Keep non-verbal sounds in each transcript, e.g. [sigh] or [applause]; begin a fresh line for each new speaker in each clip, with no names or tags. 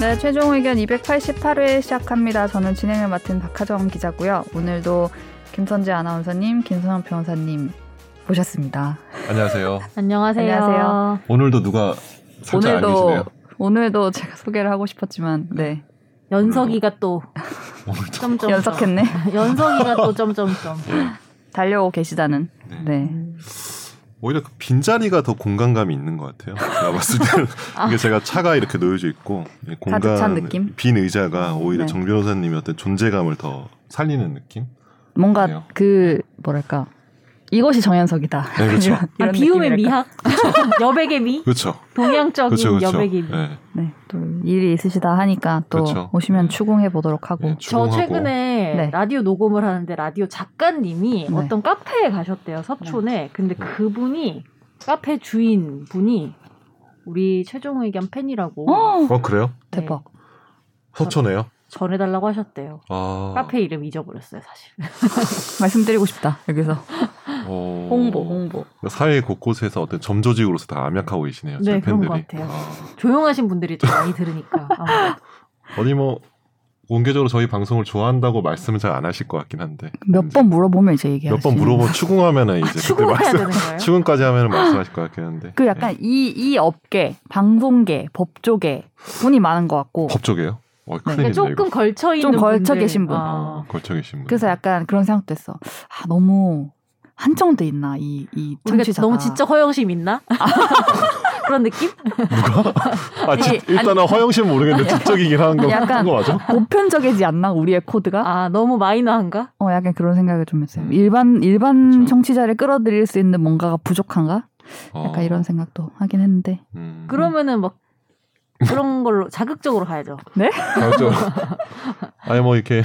네, 최종 의견 288회 시작합니다. 저는 진행을 맡은 박하정 기자고요. 오늘도 김선재 아나운서님, 김선영 변호사님 모셨습니다.
안녕하세요.
안녕하세요.
안녕하세요.
오늘도 누가 살짝 안
오늘도
계시네요.
오늘도 제가 소개를 하고 싶었지만 네
연석이가 또
오늘도
점점
연석했네.
연석이가 또 점점점.
달려오고 계시다는 네.
오히려 그 빈자리가 더 공간감이 있는 것 같아요. 제가 봤을 때는 이게 제가 차가 이렇게 놓여져 있고 이 공간
가득 찬 느낌?
빈 의자가 오히려
네.
정 변호사님의 어떤 존재감을 더 살리는 느낌?
뭔가
그래요.
그 뭐랄까 이것이 정연석이다.
네, 그렇죠.
이런-
아,
이런
비움의
느낌이랄까. [laughs]
미학, 여백의 미,
그렇죠.
동양적인
그렇죠. 그렇죠.
여백의 미.
예,
네, 또 일이 있으시다 하니까 또
그렇죠.
오시면
네.
추궁해 보도록 하고
예,
저
추궁하고.
최근에
네.
라디오 녹음을 하는데 라디오 작가님이
네.
어떤 카페에 가셨대요 서촌에. 근데
네.
그분이 카페 주인 분이 우리 최종 의견 팬이라고
어
어 그래요?
네,
대박.
서초네요.
전해달라고 하셨대요.
아,
카페 이름 잊어버렸어요 사실. [laughs]
말씀드리고 싶다 여기서
어,
홍보 홍보.
그러니까 사회 곳곳에서 어떤 점조직으로서 다 암약하고 계시네요. 저희
네, 그런
팬들이.
것 같아요.
아,
조용하신 분들이 좀 많이 들으니까 아무래도.
어디 뭐 공개적으로 저희 방송을 좋아한다고 말씀을 잘 안 하실 것 같긴 한데
몇 번 물어보면 이제 얘기하지.
몇번 물어보 추궁하면은
아,
이제 그때
추궁해야
말씀
되는 거예요?
추궁까지 하면은 말씀하실 것 같긴 한데 예.
그 약간 이 이 업계 방송계 법조계 분이 많은 것 같고
법조계요? 어, 큰일
근데
네.
그러니까 조금 걸쳐 있는 아.
좀 걸쳐 계신 분.
어, 걸쳐 계신
그러니까 아.
분.
그래서 약간 그런 생각도 했어. 아 너무 한정돼 있나 이이
우리가
청취자가
너무 진짜 허영심 있나? [laughs] 그런 느낌?
아, 지-
아니,
일단은 허영씨는 모르겠는데 지적이긴 한 거,
약간-
한거 맞아?
보편적이지 않나 우리의 코드가
아 너무 마이너한가?
어 약간 그런 생각을 좀 했어요.
음.
일반 일반
그쵸.
청취자를 끌어들일 수 있는 뭔가가 부족한가? 약간
어,
이런 생각도 하긴 했는데
음.
그러면은 막 그런 걸로 자극적으로 가야죠.
[laughs]
자극적으로. 아니 뭐 이렇게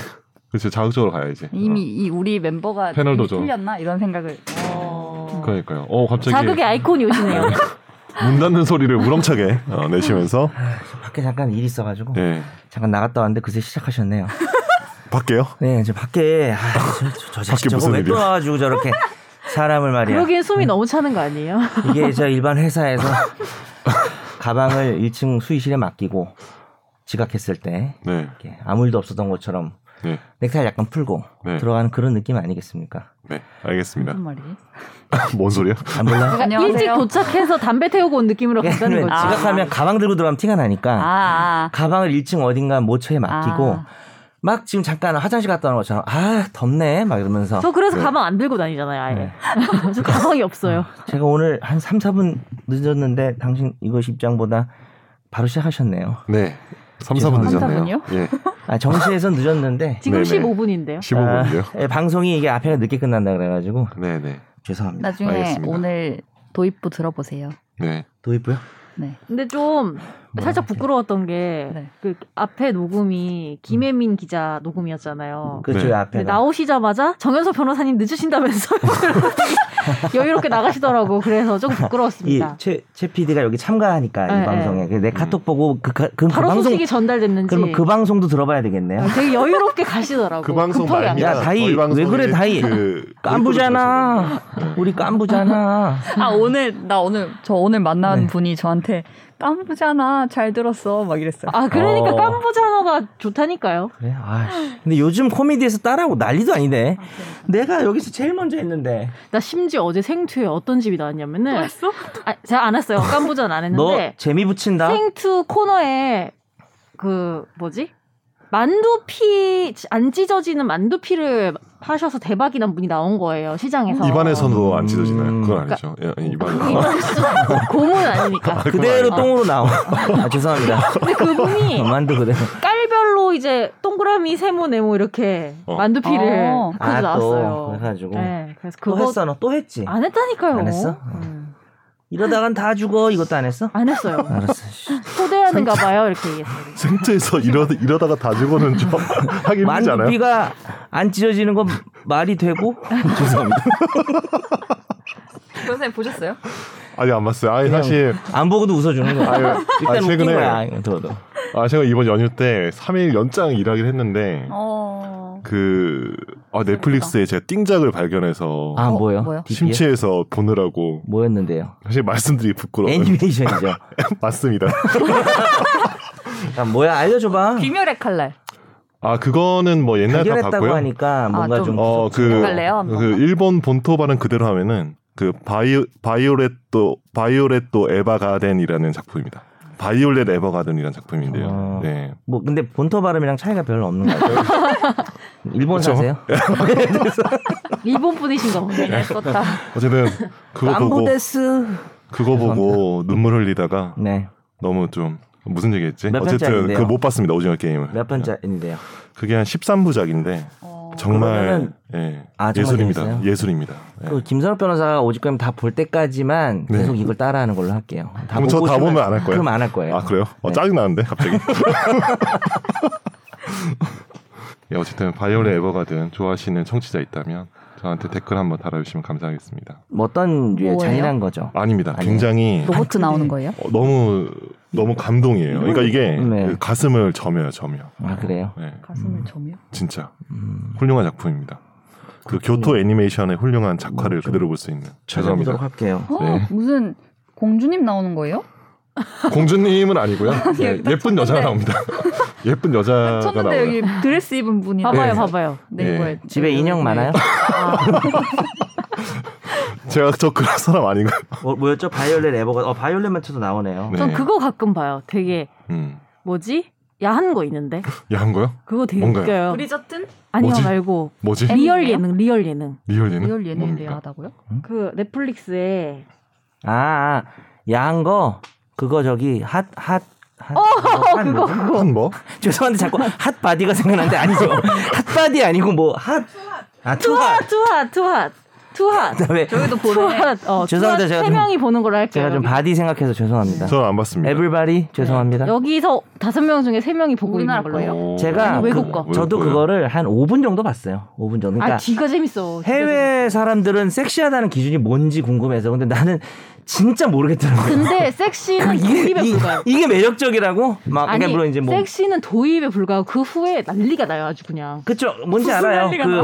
그치 자극적으로 가야지.
이미 이 우리 멤버가
어. 패널
이미
도전.
틀렸나 이런 생각을
어, 그러니까요. 어 갑자기
자극의 아이콘이 오시네요.
문 닫는 소리를 무럼차게 어, 내시면서
밖에 잠깐 일이 있어가지고
예
잠깐 나갔다 왔는데 그새 시작하셨네요.
밖에요.
네, 저 밖에 아, 저, 저, 저
밖에
자식 저거
무슨
왜또
일이야?
와가지고 저렇게 사람을 말이야.
그러기엔 숨이 너무 차는 거 아니에요?
이게 저 일반 회사에서 가방을 1층 수의실에 맡기고 지각했을 때
네,
이렇게 아무 일도 없었던 것처럼
네,
넥타이 약간 풀고
네.
들어가는 그런 느낌 아니겠습니까?
네. 알겠습니다.
무슨 말이에요?
뭔 소리야?
안 몰라.
[laughs] 그러니까 아. 일찍 도착해서 담배 태우고 온 느낌으로 간다는 거지.
예, 네. 지각하면 가방 들고 들어가면 티가
아,
나니까
아.
가방을 1층 어딘가 모처에 맡기고
아.
막 지금 잠깐 화장실 갔다 오는 것처럼 아 덥네 막 이러면서
저 그래서 가방 안 들고 다니잖아요,
네.
[laughs] 아예. 저 가방이 없어요.
아.
제가 오늘 한 3, 4분 늦었는데 당신 이것 입장보다 바로 시작하셨네요.
네. 3, 4분 늦었네요.
삼사분이요?
예.
아, 정시에서
[laughs]
늦었는데
지금
네네.
15분인데요.
15분이요.
아, 예, 방송이 이게 앞에가 늦게 끝난다 그래가지고
네, 네.
죄송합니다.
나중에
알겠습니다.
오늘 도입부 들어보세요.
네.
도입부요?
네.
근데 좀
뭐
살짝 부끄러웠던 게 그
네.
앞에 녹음이 김혜민 기자 녹음이었잖아요.
그쪽
네.
앞에
근데 나오시자마자 정현석 변호사님 늦으신다면서 [laughs] 여유롭게 나가시더라고. 그래서 조금 부끄러웠습니다.
이최최 PD가 여기 참가하니까
네,
이 방송에 그내 카톡 보고 그, 가- 그럼 그
바로
방송
소식이 전달됐는지 아,
그러면 그 방송도 들어봐야 되겠네요.
되게 여유롭게 가시더라고.
그 방송
급하게 안
말미야.
야 다이
저희 방송에
왜 그래 다이
그-
[laughs] 깐부잖아. 우리 깐부잖아.
아 오늘 나 오늘 저 오늘 만난
네.
분이 저한테 깜부잖아 잘 들었어 막 이랬어요.
아 그러니까
어.
깜부잔어가 좋다니까요.
그래? 아 근데 요즘 코미디에서 따라하고 난리도 아니네. 내가 여기서 제일 먼저 했는데.
나 심지어 어제 생투에 어떤 집이 나왔냐면은 아, 제가 안 했어요. 깜부잔 안
너
했는데
재미 붙인다.
생투 코너에 그 뭐지? 만두피 안 찢어지는 만두피를 파셔서 대박이 난 분이 나온 거예요 시장에서
입안에서도 안 찢어지나요?
음.
그건 아니죠. 예,
음.
입안에서.
[laughs] 고문 아니니까.
그대로
아.
똥으로 나와. 아, 죄송합니다.
[laughs]
근데 그분이
만두 그대로.
깔별로 이제 동그라미, 세모, 네모 이렇게
어.
만두피를
어.
그고
아, 또
나왔어요.
그래가지고.
네, 그래서
또
그거
했어, 너 또 했지.
아,
안 했다니까요.
안 했어?
음.
이러다간 다 죽어. 이것도 안 했어?
안 했어요.
아. [laughs]
알았어. 씨.
초대하는가 봐요 이렇게 얘기했어요.
생체에서 이러, 이러다가 다 죽어는 좀 하기 힘들지 않아요?
만두피가 안 찢어지는 건
[laughs]
말이 되고? 죄송합니다.
선생님 보셨어요?
아니 안 봤어요. 아니 사실
안 보고도 웃어주는 거야.
아유,
일단
아,
웃긴
최근에-
거야. 이거 들어도.
아 제가 이번 연휴 때 3일 연장 일하긴 했는데
어.
그 아, 넷플릭스에 제가 띵작을 발견해서
아,
어,
뭐요?
뭐요?
DP 요?
심취해서 보느라고
뭐였는데요?
어, [laughs] 사실 말씀드리기 부끄러워요.
애니메이션이죠.
맞습니다.
야, 아, 뭐야 알려줘봐.
귀멸의 칼날.
아 그거는 뭐 옛날 다
해결했다고
봤고요.
하니까 뭔가
좀
좀
어, 그,
갈래요, 한번?
그 일본 본토 발음 그대로 하면은 그 바이 바이올렛도 바이올렛도 에바 가든이라는 작품입니다. 바이올렛 에버 가든이라는 작품인데요.
아.
네.
뭐 근데 본토 발음이랑 차이가 별로 없는 것 같아요.
[laughs]
일본
그쵸?
사세요?
일본 분이신가 보네.
예뻤다.
어쨌든 그거 보고
안보데스.
그거 보고 눈물 흘리다가
네.
너무 좀 무슨 얘기했지?
몇
어쨌든
번째인데요?
그거 못 봤습니다. 오징어 게임을.
몇 번째인데요?
그게 한 13부작인데
어,
정말
그러면은-
예.
아, 정말
예술입니다.
재밌어요?
예술입니다. 예.
그 김선호 변호사가 오직거면 다 볼 때까지만
네.
계속 이걸 따라하는 걸로 할게요. 다
그럼 저다 보면 안할 거예요?
그럼 안 할 거예요.
아 그래요? 어,
네.
짜증 나는데 갑자기. 예, 어쨌든 바이올렛 에버가든 좋아하시는 청취자 있다면 저한테 댓글 한번 달아주시면 감사하겠습니다.
뭐 어떤 류의
뭐예요?
잔인한 거죠?
아닙니다.
아니에요.
굉장히
로봇 나오는 거예요?
어, 너무 너무 감동이에요. 그러니까 이게
네.
그 가슴을 점여요, 점여.
아 그래요?
네,
가슴을 점유.
진짜
음,
훌륭한 작품입니다. 그 교토 애니메이션의 훌륭한 작화를 그대로 볼 수 있는.
찾아보도록
죄송합니다.
할게요.
어,
네.
무슨 공주님 나오는 거예요?
공주님은 아니고요. 예,
여기 딱
예쁜
쳤는데.
여자가 나옵니다. [laughs] 예쁜
아,
여자가
쳤는데
나와요.
여기 드레스 입은 분이
봐봐요,
네.
나와요.
봐봐요.
네이버에
집에 인형
[laughs]
많아요?
제가 저 그런 사람 아닌가요?
뭐, 뭐였죠? 바이올렛 에버가 어 바이올렛만 쳐도 나오네요.
네.
전 그거 가끔 봐요. 되게
음.
뭐지? 야한 거 있는데
야한 거요?
그거 되게
뭔가요?
네.
웃겨요.
브리저튼
아니요
뭐지?
말고
뭐지?
애-
리얼
애니예요?
예능, 리얼 예능.
리얼 예능?
리얼 예능인데
뭡니까?
야하다고요?
음?
그 넷플릭스에
아, 아 야한 거 그거 저기 핫 핫. 핫,
그거
핫 뭐죠?
그거
한 뭐?
[laughs] 죄송한데 자꾸 핫 바디가 생각나는데 아니죠 핫 바디 아니고 뭐 뭐핫아 투핫 네,
투핫 투핫 투핫
왜
저희도 보네.
투핫 어
죄송합니다.
투핫
제가
세
좀-
명이 보는 걸로 할게요.
제가 좀 바디 생각해서 죄송합니다.
저는 안 봤습니다. 네.
에블바리 죄송합니다.
여기서 다섯 명 중에 세 명이 보고
우리나라
있는 걸로요.
오.
제가
아니, 외국 거.
어, 그- 저도 그거를 한 5분 정도 봤어요. 5분 정도. 그러니까
아 뒤가 재밌어. 뒤가
해외 사람들은 섹시하다는 기준이 뭔지 궁금해서 근데 나는 진짜 모르겠더라고요.
재밌어. 근데 섹시는 도입에
[laughs] 이-
불과해요.
이게 매력적이라고? 막 그러니까 물론 이제 뭐
섹시는 도입에 불과하고 그 후에 난리가 나요 아주 그냥.
그쵸 뭔지
무슨
알아요.
난리가
그
나.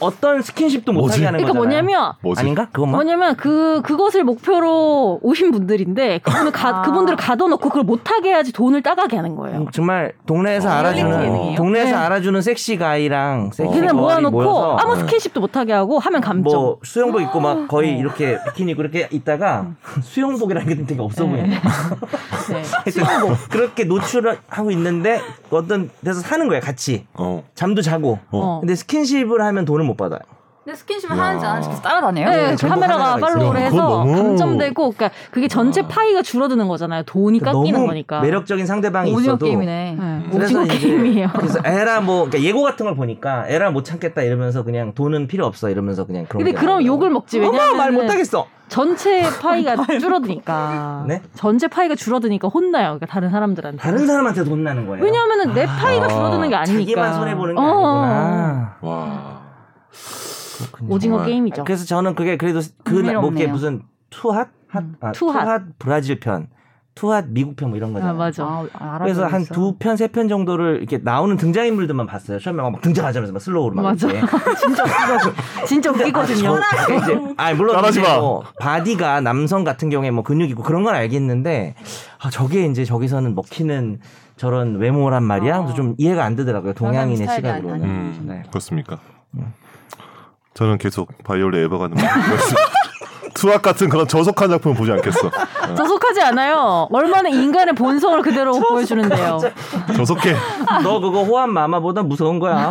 어떤 스킨십도
뭐지?
못하게 하는
그러니까
거잖아요.
뭐냐면
뭐지?
아닌가? 그건 뭐
뭐냐면 그 그것을 목표로 오신 분들인데 그분을 가,
아.
그분들을 가둬놓고 그걸 못하게 해야지 돈을 따가게 하는
음.
거예요.
정말 동네에서 알아주는
예능이에요?
동네에서
어. 네.
알아주는 섹시 가이랑 섹시
걔네
걸이
모아놓고
어, 모여서 네.
아무 스킨십도 못하게 하고 하면 감점. 아, 네.
뭐 수영복 입고 막 거의 이렇게 비키니 입고 이렇게 있다가 [laughs] 수영복이라는 게 되게 없어 보여요.
[laughs] 네.
수영복 [laughs] 그렇게 노출하고 있는데 어떤 데서 사는 거예요 같이
어.
잠도 자고.
어.
근데 스킨십을 하면 돈을 못 받아요.
근데 스킨십을
야.
하는지 안 하는지 따라다녀요?
네,
네, 전부
카메라가
하나가
팔로우를
있어요. 그건
해서
너무-
감점되고, 그러니까 그게 전체 파이가 줄어드는 거잖아요. 돈이 깎이는
아. 그러니까 너무
거니까.
매력적인 상대방이
오징어
있어도.
게임이네.
네.
그래서
오징어
이제-
게임이에요. [laughs]
그래서 에라 뭐 그러니까 예고 같은 걸 보니까 에라 못 참겠다 이러면서 그냥 돈은 필요 없어 이러면서 그냥 그런.
근데
게
그럼
나오더라고요.
욕을 먹지
어머 말
왜냐면
못하겠어.
전체 파이가 줄어드니까
네?
전체 파이가 줄어드니까 혼나요. 그러니까 다른 사람들한테.
다른 사람한테 돈 나는 거예요.
왜냐하면은 내 파이가
아,
줄어드는 게 아니니까.
자기만 손해 보는 게
어,
아니구나.
와.
오징어
정말.
게임이죠.
아, 그래서 저는 그게 그래도
흥미롭네요.
그뭐게 무슨 투핫 핫
음,
아,
투핫.
투핫. 브라질 편, 투핫 미국 편 뭐 이런
아,
거잖아요.
맞아.
아,
그래서 한
알아보고
두
있어.
편 세 편 정도를 이렇게 나오는 등장인물들만 봤어요. 처음에 막 등장하자면서 막 슬로우로 막
맞아.
이렇게.
진짜 웃기거든요. 진짜 웃기거든요.
[laughs] 이제 아니 물론
따라하지
이제
마.
뭐 바디가 남성 같은 경우에 뭐 근육 있고 그런 건 알겠는데 아, 저게 이제 저기서는 먹히는 저런 외모란 말이야. 그래서 좀 이해가 안 되더라고요. 동양인의
사람이 스타일이
시각으로는.
음.
네.
그렇습니까? 저는 계속 바이올렛 에버가든 [laughs] 투악 같은 그런 저속한 작품을 보지 않겠어.
저속하지 않아요. 얼마나 인간의 본성을
[laughs]
그대로 보여주는데요.
저속해.
너 그거 호환 마마보다 무서운 거야.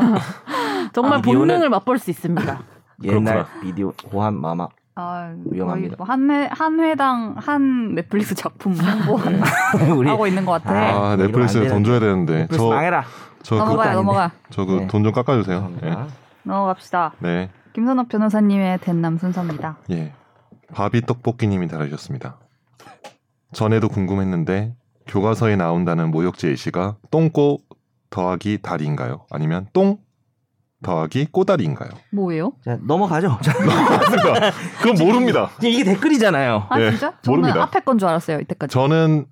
정말
아, 미디어는-
본능을 맛볼 수 있습니다.
옛날 비디오 호환 마마. [laughs]
아,
위험합니다.
거의 한, 회, 한 회당 한 넷플릭스 작품 뭐.
[laughs]
[laughs] 홍보하고
우리
있는 것 같아.
아,
아, 넷플릭스에 돈 줘야 되는데.
그래서 망해라.
저저그돈좀
넘어가요,
아닌데.
넘어가.
그
네.
돈 좀 깎아 주세요. 예.
넘어갑시다.
네.
김선호 변호사님의 된남 순서입니다.
예. 바비 떡볶이님이 달아주셨습니다. 전에도 궁금했는데 교과서에 나온다는 모욕제 예시가 똥꼬 더하기 다리인가요? 아니면 똥 더하기 꼬다리인가요?
뭐예요?
자, 넘어가죠. [laughs] 자,
그건 모릅니다.
이게 댓글이잖아요.
아
네,
진짜? 저는
모릅니다.
앞에 건 줄 알았어요 이때까지.
저는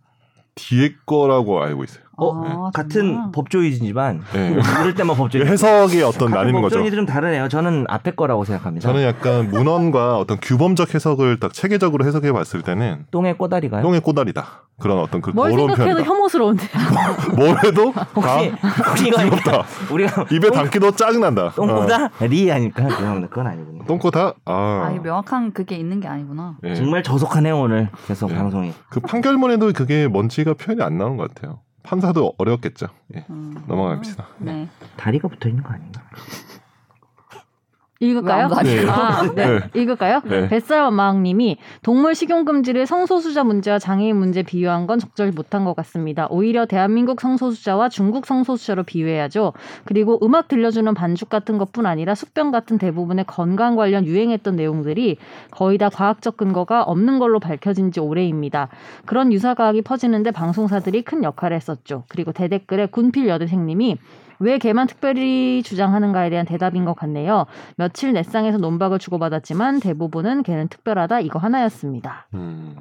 뒤에 거라고 알고 있어요.
어?
아,
같은
정말?
법조이지만
예.
이럴 때만 법조이.
해석이 어떤
같은
나뉘는 거죠.
법조인이 좀 다르네요. 저는 앞에 거라고 생각합니다.
저는 약간 문헌과 어떤 규범적 해석을 딱 체계적으로 해석해 봤을 때는
똥의 꼬다리가요.
똥의 꼬다리다. 그런 어떤 그
뭘
그런
생각해도
편이다.
혐오스러운데. [laughs]
뭘 해도 다
혹시 혹시 [laughs] 이거
귀엽다.
우리가
입에
똥-
담기도 어. 짜증난다. 어.
똥보다 리 아닐까? 그건 그건 아니군요.
똥꼬다. 아.
아, 이 명확한 그게 있는 게 아니구나.
예.
정말 저속하네요 오늘 계속
네.
방송이.
그 판결문에도 그게 뭔지가 표현이 안 나오는 것 같아요. 판사도 어려웠겠죠. 예.
음.
넘어갑시다.
아,
네.
다리가 붙어 있는 거 아닌가?
왜안
읽을까요?
가죠?
아, 네. 읽을까요?
네.
뱃살마왕님이 동물 식용금지를 성소수자 문제와 장애인 문제 비유한 건 적절히 못한 것 같습니다. 오히려 대한민국 성소수자와 중국 성소수자로 비유해야죠. 그리고 음악 들려주는 반죽 같은 것뿐 아니라 숙변 같은 대부분의 건강 관련 유행했던 내용들이 거의 다 과학적 근거가 없는 걸로 밝혀진 지 오래입니다. 그런 유사 과학이 퍼지는데 방송사들이 큰 역할을 했었죠. 그리고 대댓글에 군필 여대생님이 왜 걔만 특별히 주장하는가에 대한 대답인 것 같네요. 며칠 넷상에서 논박을 주고받았지만 대부분은 걔는 특별하다 이거 하나였습니다.
음.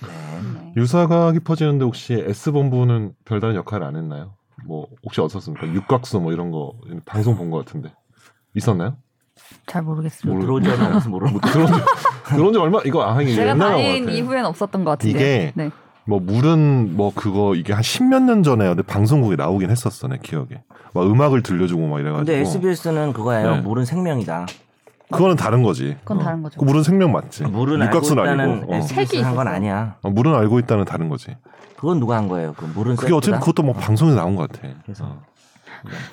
네.
유사과학이 퍼지는데 혹시 S 본부는 별다른 역할을 안 했나요? 뭐 혹시 어떻습니까? 육각수 뭐 이런 거 방송 본 것 같은데 있었나요?
잘 모르겠습니다.
모르-
들어오지 않아서 모르.
뭐 들어온 지, [laughs] 들어온 지 얼마 이거 아 이게
제가
옛날 것
다닌
같아요.
이후엔 없었던 것 같은데.
이게
네.
뭐 물은 뭐 그거 이게 한 십몇 년 전에 근데 방송국에 나오긴 했었어 내 기억에 막 음악을 들려주고 막 이래가지고
근데 SBS는 그거예요.
네.
물은 생명이다.
그거는 다른 거지.
그건
어.
다른 거죠.
그 물은 생명 맞지.
아, 물은
육각수는
알고 있다는
아니고. 어.
SBS 는 한건
있었어.
아니야.
어, 물은 알고 있다는 다른 거지.
그건 누가 한 거예요? 그 물은
그게 어쨌든
셀프다?
그것도 뭐 방송에 나온 것 같아.
그래서.
어.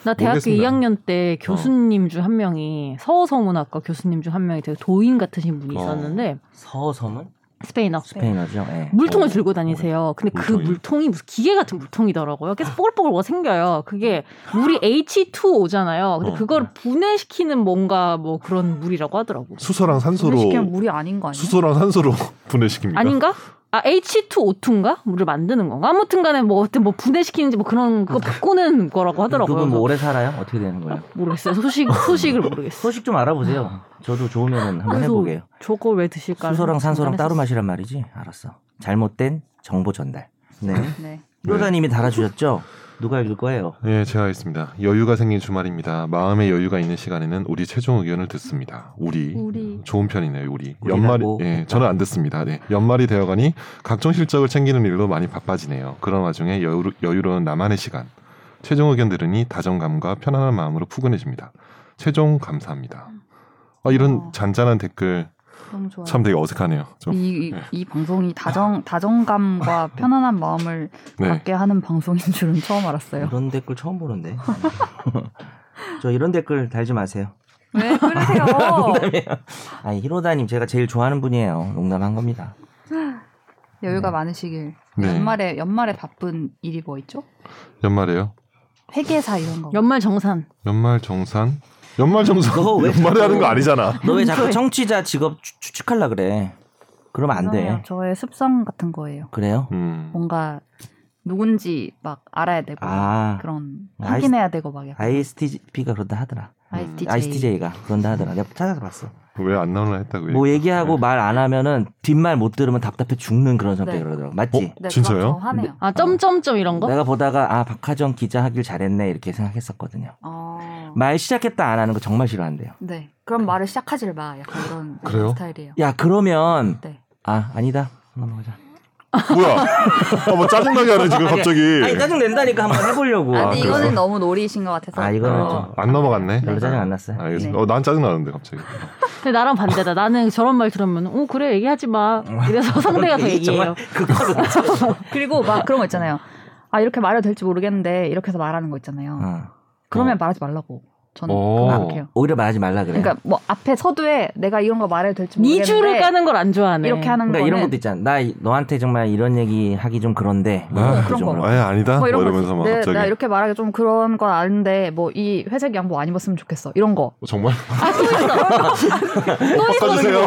나 대학교
모르겠습니다. 어.
2학년 때 교수님 중 한 명이 서서문학과 교수님 중 한 명이 되게 도인 같으신 분이
어.
있었는데
서섬은
스페인어
스페인어죠. 예.
물통을
어.
들고 다니세요. 근데 그
물통이.
물통이 무슨 기계 같은 물통이더라고요. 계속 뽀글뽀글 뭐 생겨요. 그게 물이 H2O잖아요. 근데
어.
그걸 분해시키는 뭔가 뭐 그런 물이라고 하더라고.
수소랑
분해시키면
산소로
물이 아닌 거 아니에요?
수소랑 산소로 [laughs] 분해시킵니다.
아닌가? 아 H2O2인가? 물을 만드는 건가? 아무튼간에 뭐 어떤 뭐 분해시키는지 뭐 그런
어.
거 바꾸는 거라고 하더라고요.
그분 뭐 오래 살아요? 어떻게 되는 거예요?
모르겠어요. 소식 소식을 모르겠어요.
소식 좀 알아보세요. 저도 좋으면 한번
그래서 그러니까
해보게요.
저거 왜 드실까?
수소랑 산소랑 따로 마시란 말이지. 알았어. 잘못된 정보 전달. 네.
네.
로다님이 달아주셨죠? 누가 읽을 거예요?
예, 제가 있습니다. 여유가 생긴 주말입니다. 마음의 여유가 있는 시간에는 우리 최종 의견을 듣습니다. 우리,
우리.
좋은 편이네요. 우리
우리가
연말
뭐
예,
했다.
저는 안 듣습니다. 네. 연말이 되어가니 각종 실적을 챙기는 일로 많이 바빠지네요. 그런 와중에 여유, 여유로운 나만의 시간. 최종 의견 들으니 다정감과 편안한 마음으로 푸근해집니다. 최종 감사합니다. 아, 이런
어. 음.
잔잔한 댓글
너무 좋아요.
참 되게 어색하네요. 좀
이, 이, 이 방송이 다정
[laughs]
다정감과 편안한 마음을
네.
갖게 하는 방송인 줄은 처음
네.
알았어요.
이런 댓글 처음 보는데. 저 이런 댓글 달지 마세요.
네.
왜
[laughs]
그러세요?
아니 히로다님 제가 제일 좋아하는 분이에요. 농담한 겁니다.
여유가 많으시길.
네.
연말에 연말에 바쁜 일이 뭐 있죠?
연말에요.
회계사 이런 거.
연말 정산.
연말 정산. 연말 정산.
그거 왜
연말에
자꾸-
하는 거 아니잖아.
[laughs] 너 왜 자꾸 청취자 직업 추, 추측하려 그래? 그러면 안 돼.
그러네요. 저의 습성 같은 거예요.
그래요?
음.
뭔가 누군지 막 알아야 되고
아
그런
아이스- 아, 음.
확인해야 되고 막 약간
ISTP가 그런다 하더라.
ISTJ.
ISTJ가 그런다 하더라. 내가 찾아서 봤어.
왜 안 나오나 했다고요.
뭐 얘기하고 말 안 하면은 뒷말 못 들으면 답답해 죽는 그런
네.
성격이 그러더라고. 맞지?
네,
진짜요?
저 화내요.
아 점점점 이런 거?
내가 보다가 아 박하정 기자 하길 잘했네 이렇게 생각했었거든요.
어.
말 시작했다 안 하는 거 정말 싫어한대요.
네. 그럼 말을 시작하질 마. 약간 이런
아, 그래요?
스타일이에요.
야 그러면
네.
아 아니다 넘어가자.
뭐야? 아, 뭐 짜증나게 하네 지금
아니,
갑자기.
아니 짜증 낸다니까 한번 해보려고.
아, 근데
그래요?
이거는 너무 놀이신 것 같아서.
아, 이거는
어.
좀-
안 넘어갔네.
별로 짜증 안 났어요.
알겠습니다.
네.
어, 난 짜증 나는데 갑자기.
근데 나랑 반대다. 나는 저런 말 들으면 어 그래 얘기하지 마. 이래서 상대가 네. 더 얘기해요. [laughs]
정말 그거는 진짜-
그리고 막 그런 거 있잖아요. 아 이렇게 말해도 될지 모르겠는데 이렇게 해서 말하는 거 있잖아요.
어.
그러면 말하지 말라고. 저는
어.
그렇게요.
오히려 말하지 말라
네.
그래.
그러니까 뭐 앞에 서두에 내가 이런 거 말해도 될지
니
모르겠는데
줄을 까는 걸 안 좋아하네.
이렇게 하는
그러니까
거는
이런 것도 있잖아. 나 이- 너한테 정말 이런 얘기 하기 좀 그런데. 뭐
아,
이런
그런
정도로.
거.
아예 아니다. 뭐
뭐 이런
이러면서 막
거지. 네,
갑자기.
나 이렇게 말하기 좀 그런 건 아는데 뭐 이 회색 양복 안 입었으면 좋겠어. 이런 거.
어, 정말
아또
[laughs]
있어. 또 있어.
바꿔주세요.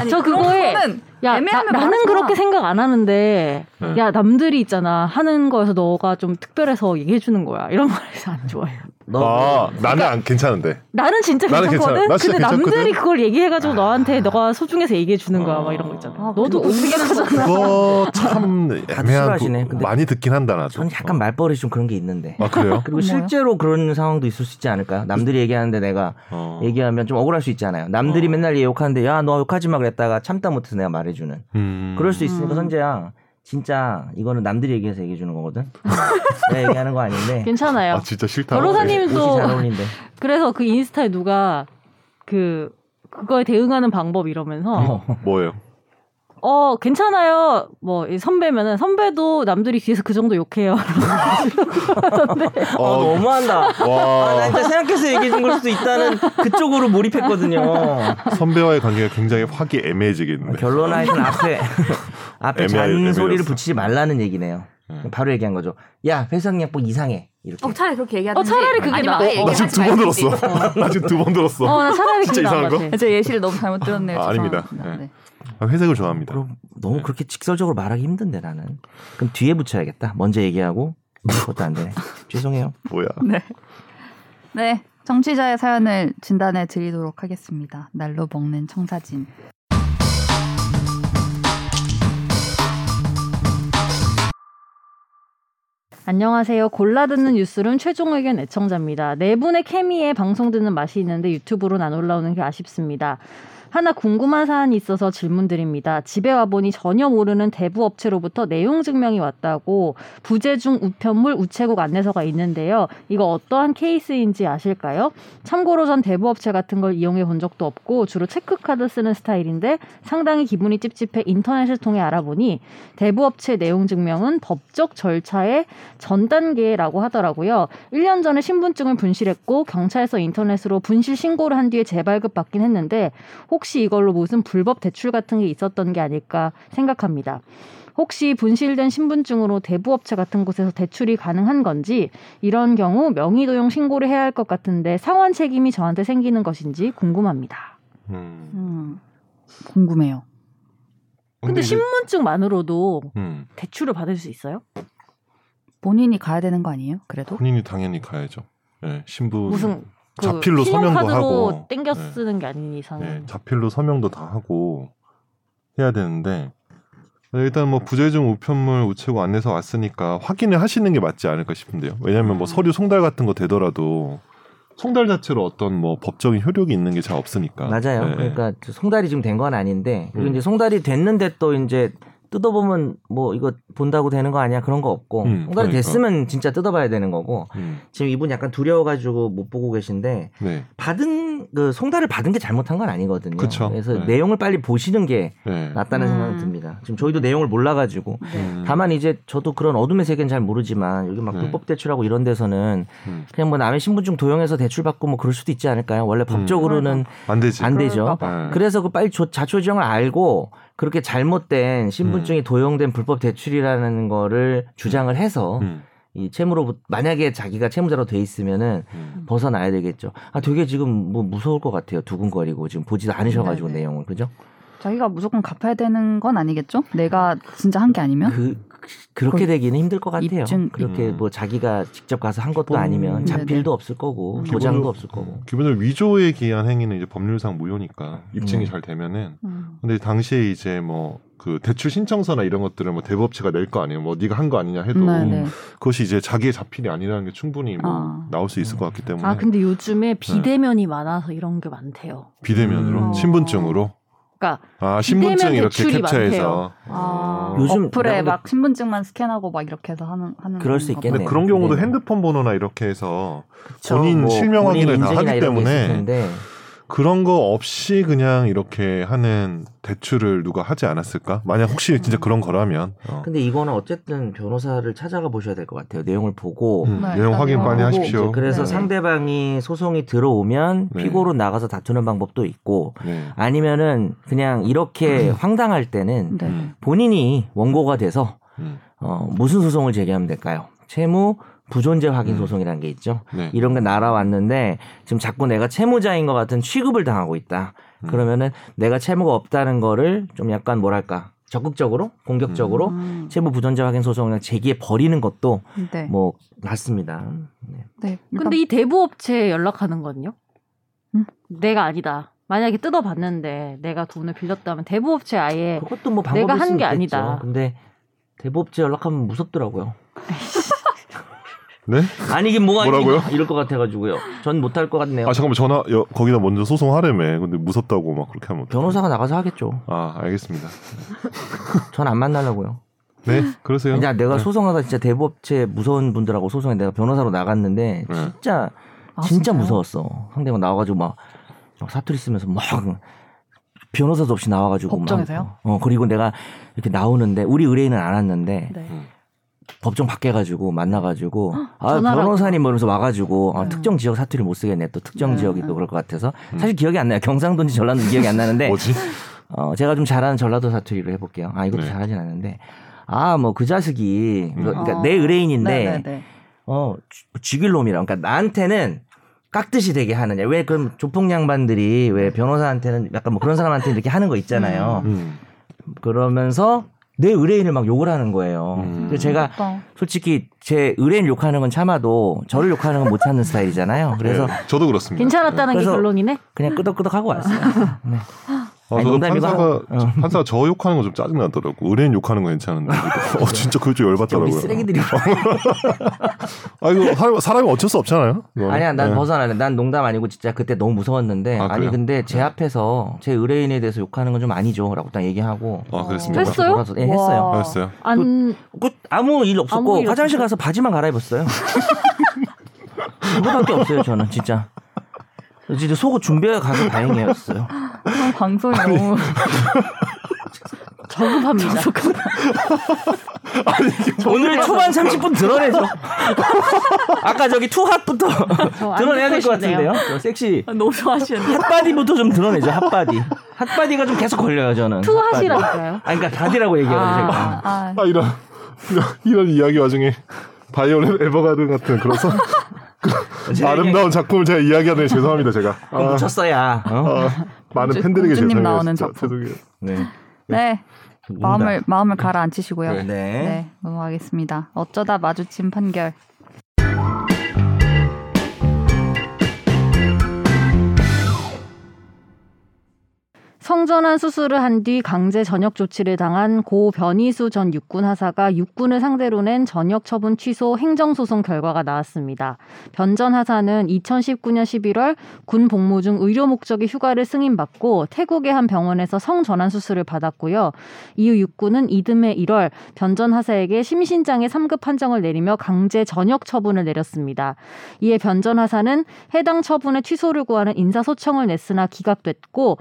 아니,
저
그런
그거에
거는
야 나,
애매하면
나는
말하지 마.
그렇게 생각 안 하는데
네.
야 남들이 있잖아 하는 거에서 너가 좀 특별해서 얘기해 주는 거야. 이런 말에서 안 좋아해요.
너
나는 안 괜찮은데.
나는 진짜
나는
괜찮거든.
괜찮아. 나 진짜
근데 남들이
괜찮거든.
그걸 얘기해가지고 너한테 너가 소중해서 얘기해주는 거야. 막 이런 거 있잖아. 너도 어떻게 하잖아.
그러니까
그거 참 애매한
수술하시네.
부-
근데
많이 듣긴 한다 나도.
저는 약간 말버릇이 좀 그런 게 있는데.
아 그래요?
[laughs] 그리고
뭐요?
실제로 그런 상황도 있을 수 있지 않을까요? 남들이 얘기하는데 내가
어.
얘기하면 좀 억울할 수 있잖아요. 남들이
어.
맨날 얘 욕하는데 야 너 욕하지 마 그랬다가 참다 못해서 내가 말해주는.
음.
그럴 수 있으니까
음.
선재야 진짜 이거는 남들이 얘기해서
[laughs]
얘기해주는 거거든. 내가 얘기하는 거 아닌데.
괜찮아요.
아 진짜 싫다.
변호사님 은
옷이
또
잘 어울린데.
그래서 그 인스타에 누가 그 그거에 대응하는 방법 이러면서
어.
네. 뭐예요?
어 괜찮아요 뭐이 선배면은 선배도 남들이 뒤에서 그
[laughs]
정도 욕해요
아,
어,
너무한다. 아, 나
와
진짜 생각해서 얘기해준 걸 수도 있다는 그쪽으로 몰입했거든요.
[laughs] 선배와의 관계가 굉장히 화기애매해지겠는데. [laughs]
결론하여튼 앞에 앞에
네. 애매하-
잔소리를
애매해졌어.
붙이지 말라는 얘기네요.
음.
바로 얘기한 거죠. 야 회상 약복 이상해 이렇게.
어, 차라리 그렇게 얘기하든지.
어, 차라리 그게
아니면
나아.
아예
어,
나 지금
얘기하지
두 번
말든지.
[laughs]
들었어. [laughs] 나 지금 두 번 들었어.
어나 차라리
진짜
그게 나은
이상한
것
거?
같아.
제 예시를 너무 잘못 들었네요.
아, 아닙니다.
죄송합니다. 네.
아, 회색을 좋아합니다.
그럼 너무 그렇게 직설적으로 말하기 힘든데 나는. 그럼 뒤에 붙여야겠다. 먼저 얘기하고
[laughs]
그것도 안 되네. 죄송해요.
뭐야?
네, 정치자의 사연을 진단해 드리도록 하겠습니다. 날로 먹는 청사진.
안녕하세요. 골라 듣는 뉴스룸 최종 의견 애청자입니다. 네 분의 케미에 방송 듣는 맛이 있는데 유튜브로 안 올라오는 게 아쉽습니다. 하나 궁금한 사안이 있어서 질문드립니다. 집에 와보니 전혀 모르는 대부 업체로부터 내용 증명이 왔다고 부재중 우편물 우체국 안내서가 있는데요. 이거 어떠한 케이스인지 아실까요? 참고로 전 대부 업체 같은 걸 이용해 본 적도 없고 주로 체크카드 쓰는 스타일인데 상당히 기분이 찝찝해 인터넷을 통해 알아보니 대부 업체 내용 증명은 법적 절차에 전 단계라고 하더라고요. 1년 전에 신분증을 분실했고 경찰서 인터넷으로 분실 신고를 한 뒤에 재발급 받긴 했는데 혹시 이걸로 무슨 불법 대출 같은 게 있었던 게 아닐까 생각합니다. 혹시 분실된 신분증으로 대부업체 같은 곳에서 대출이 가능한 건지 이런 경우 명의도용 신고를 해야 할 것 같은데 상환 책임이 저한테 생기는 것인지 궁금합니다.
음.
음, 궁금해요.
근데
이제-
신분증만으로도
음.
대출을 받을 수 있어요?
본인이 가야 되는 거 아니에요? 그래도?
본인이 당연히 가야죠. 예, 신분
무슨 그
자필로 서명도
신용카드로
하고.
땡겨
네.
쓰는 게 아닌 이상은
예, 자필로 서명도 다 하고 해야 되는데 일단 뭐 부재중 우편물 우체국 안내서 왔으니까 확인을 하시는 게 맞지 않을까 싶은데요. 왜냐하면
음.
뭐 서류 송달 같은 거 되더라도 송달 자체로 어떤 뭐 법적인 효력이 있는 게 잘 없으니까.
맞아요.
예.
그러니까 저 송달이 지금 된 건 아닌데 그리고
음.
이제 송달이 됐는데 또 이제 뜯어보면 뭐 이거 본다고 되는 거 아니야 그런 거 없고
음,
송달이
그러니까.
됐으면 진짜 뜯어봐야 되는 거고
음,
지금 이분 약간 두려워가지고 못 보고 계신데
네.
받은 그 송달을 받은 게 잘못한 건 아니거든요.
그쵸.
래서
네.
내용을 빨리 보시는 게
네.
낫다는
음.
생각이 듭니다. 지금 저희도 내용을 몰라가지고
네.
다만 이제 저도 그런 어둠의 세계는 잘 모르지만 여기
음.
막
네.
불법 대출하고 이런 데서는
음.
그냥 뭐 남의 신분증 도용해서 대출받고 뭐 그럴 수도 있지 않을까요? 원래 법적으로는
안 되지.
안 되죠.
예.
그래서 그 빨리 조- 자초지종을 알고 그렇게 잘못된 신분증이 도용된 불법 대출이라는 거를 주장을 해서
음. 음,
이 채무로 만약에 자기가 채무자로 돼 있으면은
음.
벗어나야 되겠죠. 아 되게 지금 뭐 무서울 것 같아요. 두근거리고 지금 보지도 않으셔가지고
네네.
내용을 그죠?
자기가 무조건 갚아야 되는 건 아니겠죠? 내가 진짜 한 게 아니면?
그
거의
그렇게 되기는 힘들 것 같아요.
입증-
그렇게
음.
뭐 자기가 직접 가서 한 것도
음.
네네.
아니면 자필도 없을 거고
음.
도장도
기본적으로-
없을 거고.
기본적으로 위조에 기한 행위는 이제 법률상 무효니까 입증이
음.
잘 되면은
음.
근데 당시에 이제 뭐 그 대출 신청서나 이런 것들을 뭐 대법체가 낼 거 아니에요. 뭐 네가 한 거 아니냐
음,
해도
네, 네.
그것이 이제 자기의 자필이 아니라는 게 충분히 뭐
아.
나올 수 있을 것 같기 때문에
네.
아 근데 요즘에 비대면이 많아서 이런 게 많대요.
비대면으로
음.
신분증으로
그러니까
아 신분증
비대면
이렇게
대출이
캡처해서
아,
요즘
어플에
나보다-
막 신분증만 스캔하고 막 이렇게 해서 하는 하는
그럴 수
건가
있겠네.
봐요.
근데 그런 경우도
네.
핸드폰 번호나 이렇게 해서
저
본인
뭐
실명
본인
확인을 다
인증이나
하기
이런 게 있을
때문에
텐데
그런 거 없이 그냥 이렇게 하는 대출을 누가 하지 않았을까? 만약 혹시 진짜 그런 거라면 어.
근데 이거는 어쨌든 변호사를 찾아가 보셔야 될 것 같아요. 내용을 보고.
음,
네,
내용 확인 빨리
보고
하십시오.
이제 그래서
네.
상대방이 소송이 들어오면
네.
피고로 나가서 다투는 방법도 있고
네.
아니면은 그냥 이렇게
음.
황당할 때는
네.
음,
본인이 원고가 돼서
음,
어, 무슨 소송을 제기하면 될까요? 채무 부존재 확인
음.
소송이라는 게 있죠.
네.
이런 게 날아왔는데 지금 자꾸 내가 채무자인 것 같은 취급을 당하고 있다.
음.
그러면은 내가 채무가 없다는 거를 좀 약간 뭐랄까 적극적으로 공격적으로
음.
채무 부존재 확인 소송을 제기해 버리는 것도
네.
뭐 맞습니다. 네.
네.
근데 이 대부업체에 연락하는 건요?
음?
내가 아니다. 만약에 뜯어봤는데 내가 돈을 빌렸다면 대부업체 아예
그것도 뭐 방법일
내가 한
수
게
있겠죠.
아니다.
근데 대법제 연락하면 무섭더라고요.
네?
아니긴 뭐가
뭐라고요?
아니긴 이럴 것 같아가지고요. 전 못할 것 같네요.
아 잠깐만 전화 여- 거기다 먼저 소송하래매. 근데 무섭다고 막 그렇게 하면 어떡해.
변호사가 나가서 하겠죠.
아 알겠습니다.
전 안 만나려고요.
네 그러세요.
그냥 내가
네.
소송하다 진짜 대법제 무서운 분들하고 소송에 내가 변호사로 나갔는데
네.
진짜 진짜 무서웠어. 상대방 나와가지고 막, 막 사투리 쓰면서 막 변호사도 없이 나와가지고 막-
법정에서요?
어 그리고 내가 이렇게 나오는데 우리 의뢰인은 안 왔는데
네.
음.
법정 밖에 가지고 만나가지고 아
전화로
변호사님 뭐 이러면서 와가지고 아,
네.
특정 지역 사투리 못 쓰겠네 또 특정
네.
지역이 또 그럴 것 같아서
음.
사실 기억이 안 나요 경상도인지 전라도인지 기억이 안 나는데 [laughs]
뭐지?
어, 제가 좀 잘하는 전라도 사투리로 해볼게요 아 이것도
네.
잘하진 않는데 아 뭐 그 자식이
음.
그러니까
어.
내 의뢰인인데
네, 네, 네.
어 쥐- 죽일놈이라 그러니까 나한테는 깍듯이 되게 하느냐 왜 그럼 조폭 양반들이 왜 변호사한테는 약간 뭐 그런 사람한테 이렇게 하는 거 있잖아요
음.
그러면서 내 의뢰인을 막 욕을 하는 거예요
음.
그래서 제가
어떤-
솔직히 제 의뢰인 욕하는 건 참아도 저를 욕하는 건 못 참는 스타일이잖아요. 그래서
네, 저도 그렇습니다.
괜찮았다는
그래서-
게 결론이네.
그냥 끄덕끄덕 하고 왔어요. 네.
네. 아,
아니,
저도
농담이고
판사가
하- 어.
판사 저 욕하는 거 좀 짜증 나더라고. 의뢰인 욕하는 거
[laughs]
괜찮은데. 어 진짜 그게 좀
우리
열받더라고요.
쓰레기들이
아 이거 하- 사람이 어쩔 수 없잖아요. 이거는.
아니야 난
네.
벗어날래. 난 농담 아니고 진짜 그때 너무 무서웠는데
아,
아, 니
그래요?
근데 제 앞에서 제 의뢰인에 대해서 욕하는 건 좀 아니죠라고 딱 얘기하고
아 그랬습니다.
됐어요?
돌아서- 예, 했어요.
와.
알았어요.
안
그 아무 일 없었고
아무 일
화장실 가서 바지만
[laughs]
갈아입었어요. 그거밖에 없어요 저는 진짜. 진짜 속옷 준비해 가서
[laughs]
다행이었어요.
아, 방송이 너무
저급합니다.
오늘 초반
[laughs]
30분 드러내죠. 아까 저기 투핫부터
안
드러내야 될
듣고
것 같은데요. 저 섹시
너무 좋아하시는데.
핫바디부터 좀 드러내죠. 핫바디. 핫바디가 좀 계속 걸려요 저는. 핫바디.
투하시라니까요.
아니 그러니까 바디라고 얘기하거든요. 제가.
아,
아 이런 이런, 이런 이야기 와중에 바이올렛 에버가든 같은 그런 선-
[laughs] 제가
아름다운 작품을 제가 이야기하는 죄송합니다 제가
그건
아,
묻혔어야. 어?
아, 많은
공주-
팬들에게
공주님
죄송해요.
나오는
진짜.
작품.
죄송해요.
네.
네. 마음을 마음을 가라앉히시고요.
네.
네.
네, 넘어가겠습니다. 어쩌다 마주친 판결.
성전환 수술을 한 뒤 강제 전역 조치를 당한 고 변희수 전 육군 하사가 육군을 상대로 낸 전역 처분 취소 행정소송 결과가 나왔습니다. 변 전 하사는 2019년 11월 군 복무 중 의료 목적의 휴가를 승인받고 태국의 한 병원에서 성전환 수술을 받았고요. 이후 육군은 이듬해 1월 변 전 하사에게 심신장애 3급 판정을 내리며 강제 전역 처분을 내렸습니다. 이에 변 전 하사는 해당 처분의 취소를 구하는 인사소청을 냈으나 기각됐고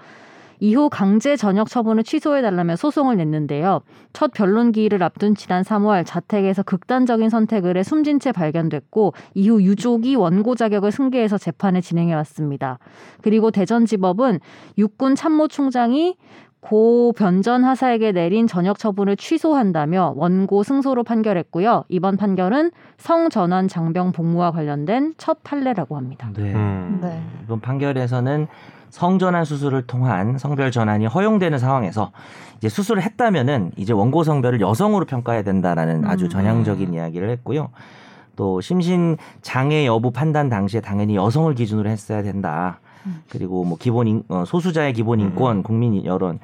이후 강제 전역 처분을 취소해달라며 소송을 냈는데요. 첫 변론 기일을 앞둔 지난 3월 자택에서 극단적인 선택을 해 숨진 채 발견됐고 이후 유족이 원고 자격을 승계해서 재판을 진행해왔습니다. 그리고 대전지법은 육군 참모총장이 고 변전 하사에게 내린 전역 처분을 취소한다며 원고 승소로 판결했고요. 이번 판결은 성전환 장병 복무와 관련된 첫 판례라고 합니다.
네.
음.
네.
이번 판결에서는 성전환 수술을 통한 성별 전환이 허용되는 상황에서 이제 수술을 했다면은 이제 원고 성별을 여성으로 평가해야 된다라는 아주
네.
음.
전향적인 이야기를 했고요. 또 심신 장애 여부 판단 당시에 당연히 여성을 기준으로 했어야 된다.
음.
그리고 뭐 기본 인, 어, 소수자의 기본 인권,
음.
국민 여론.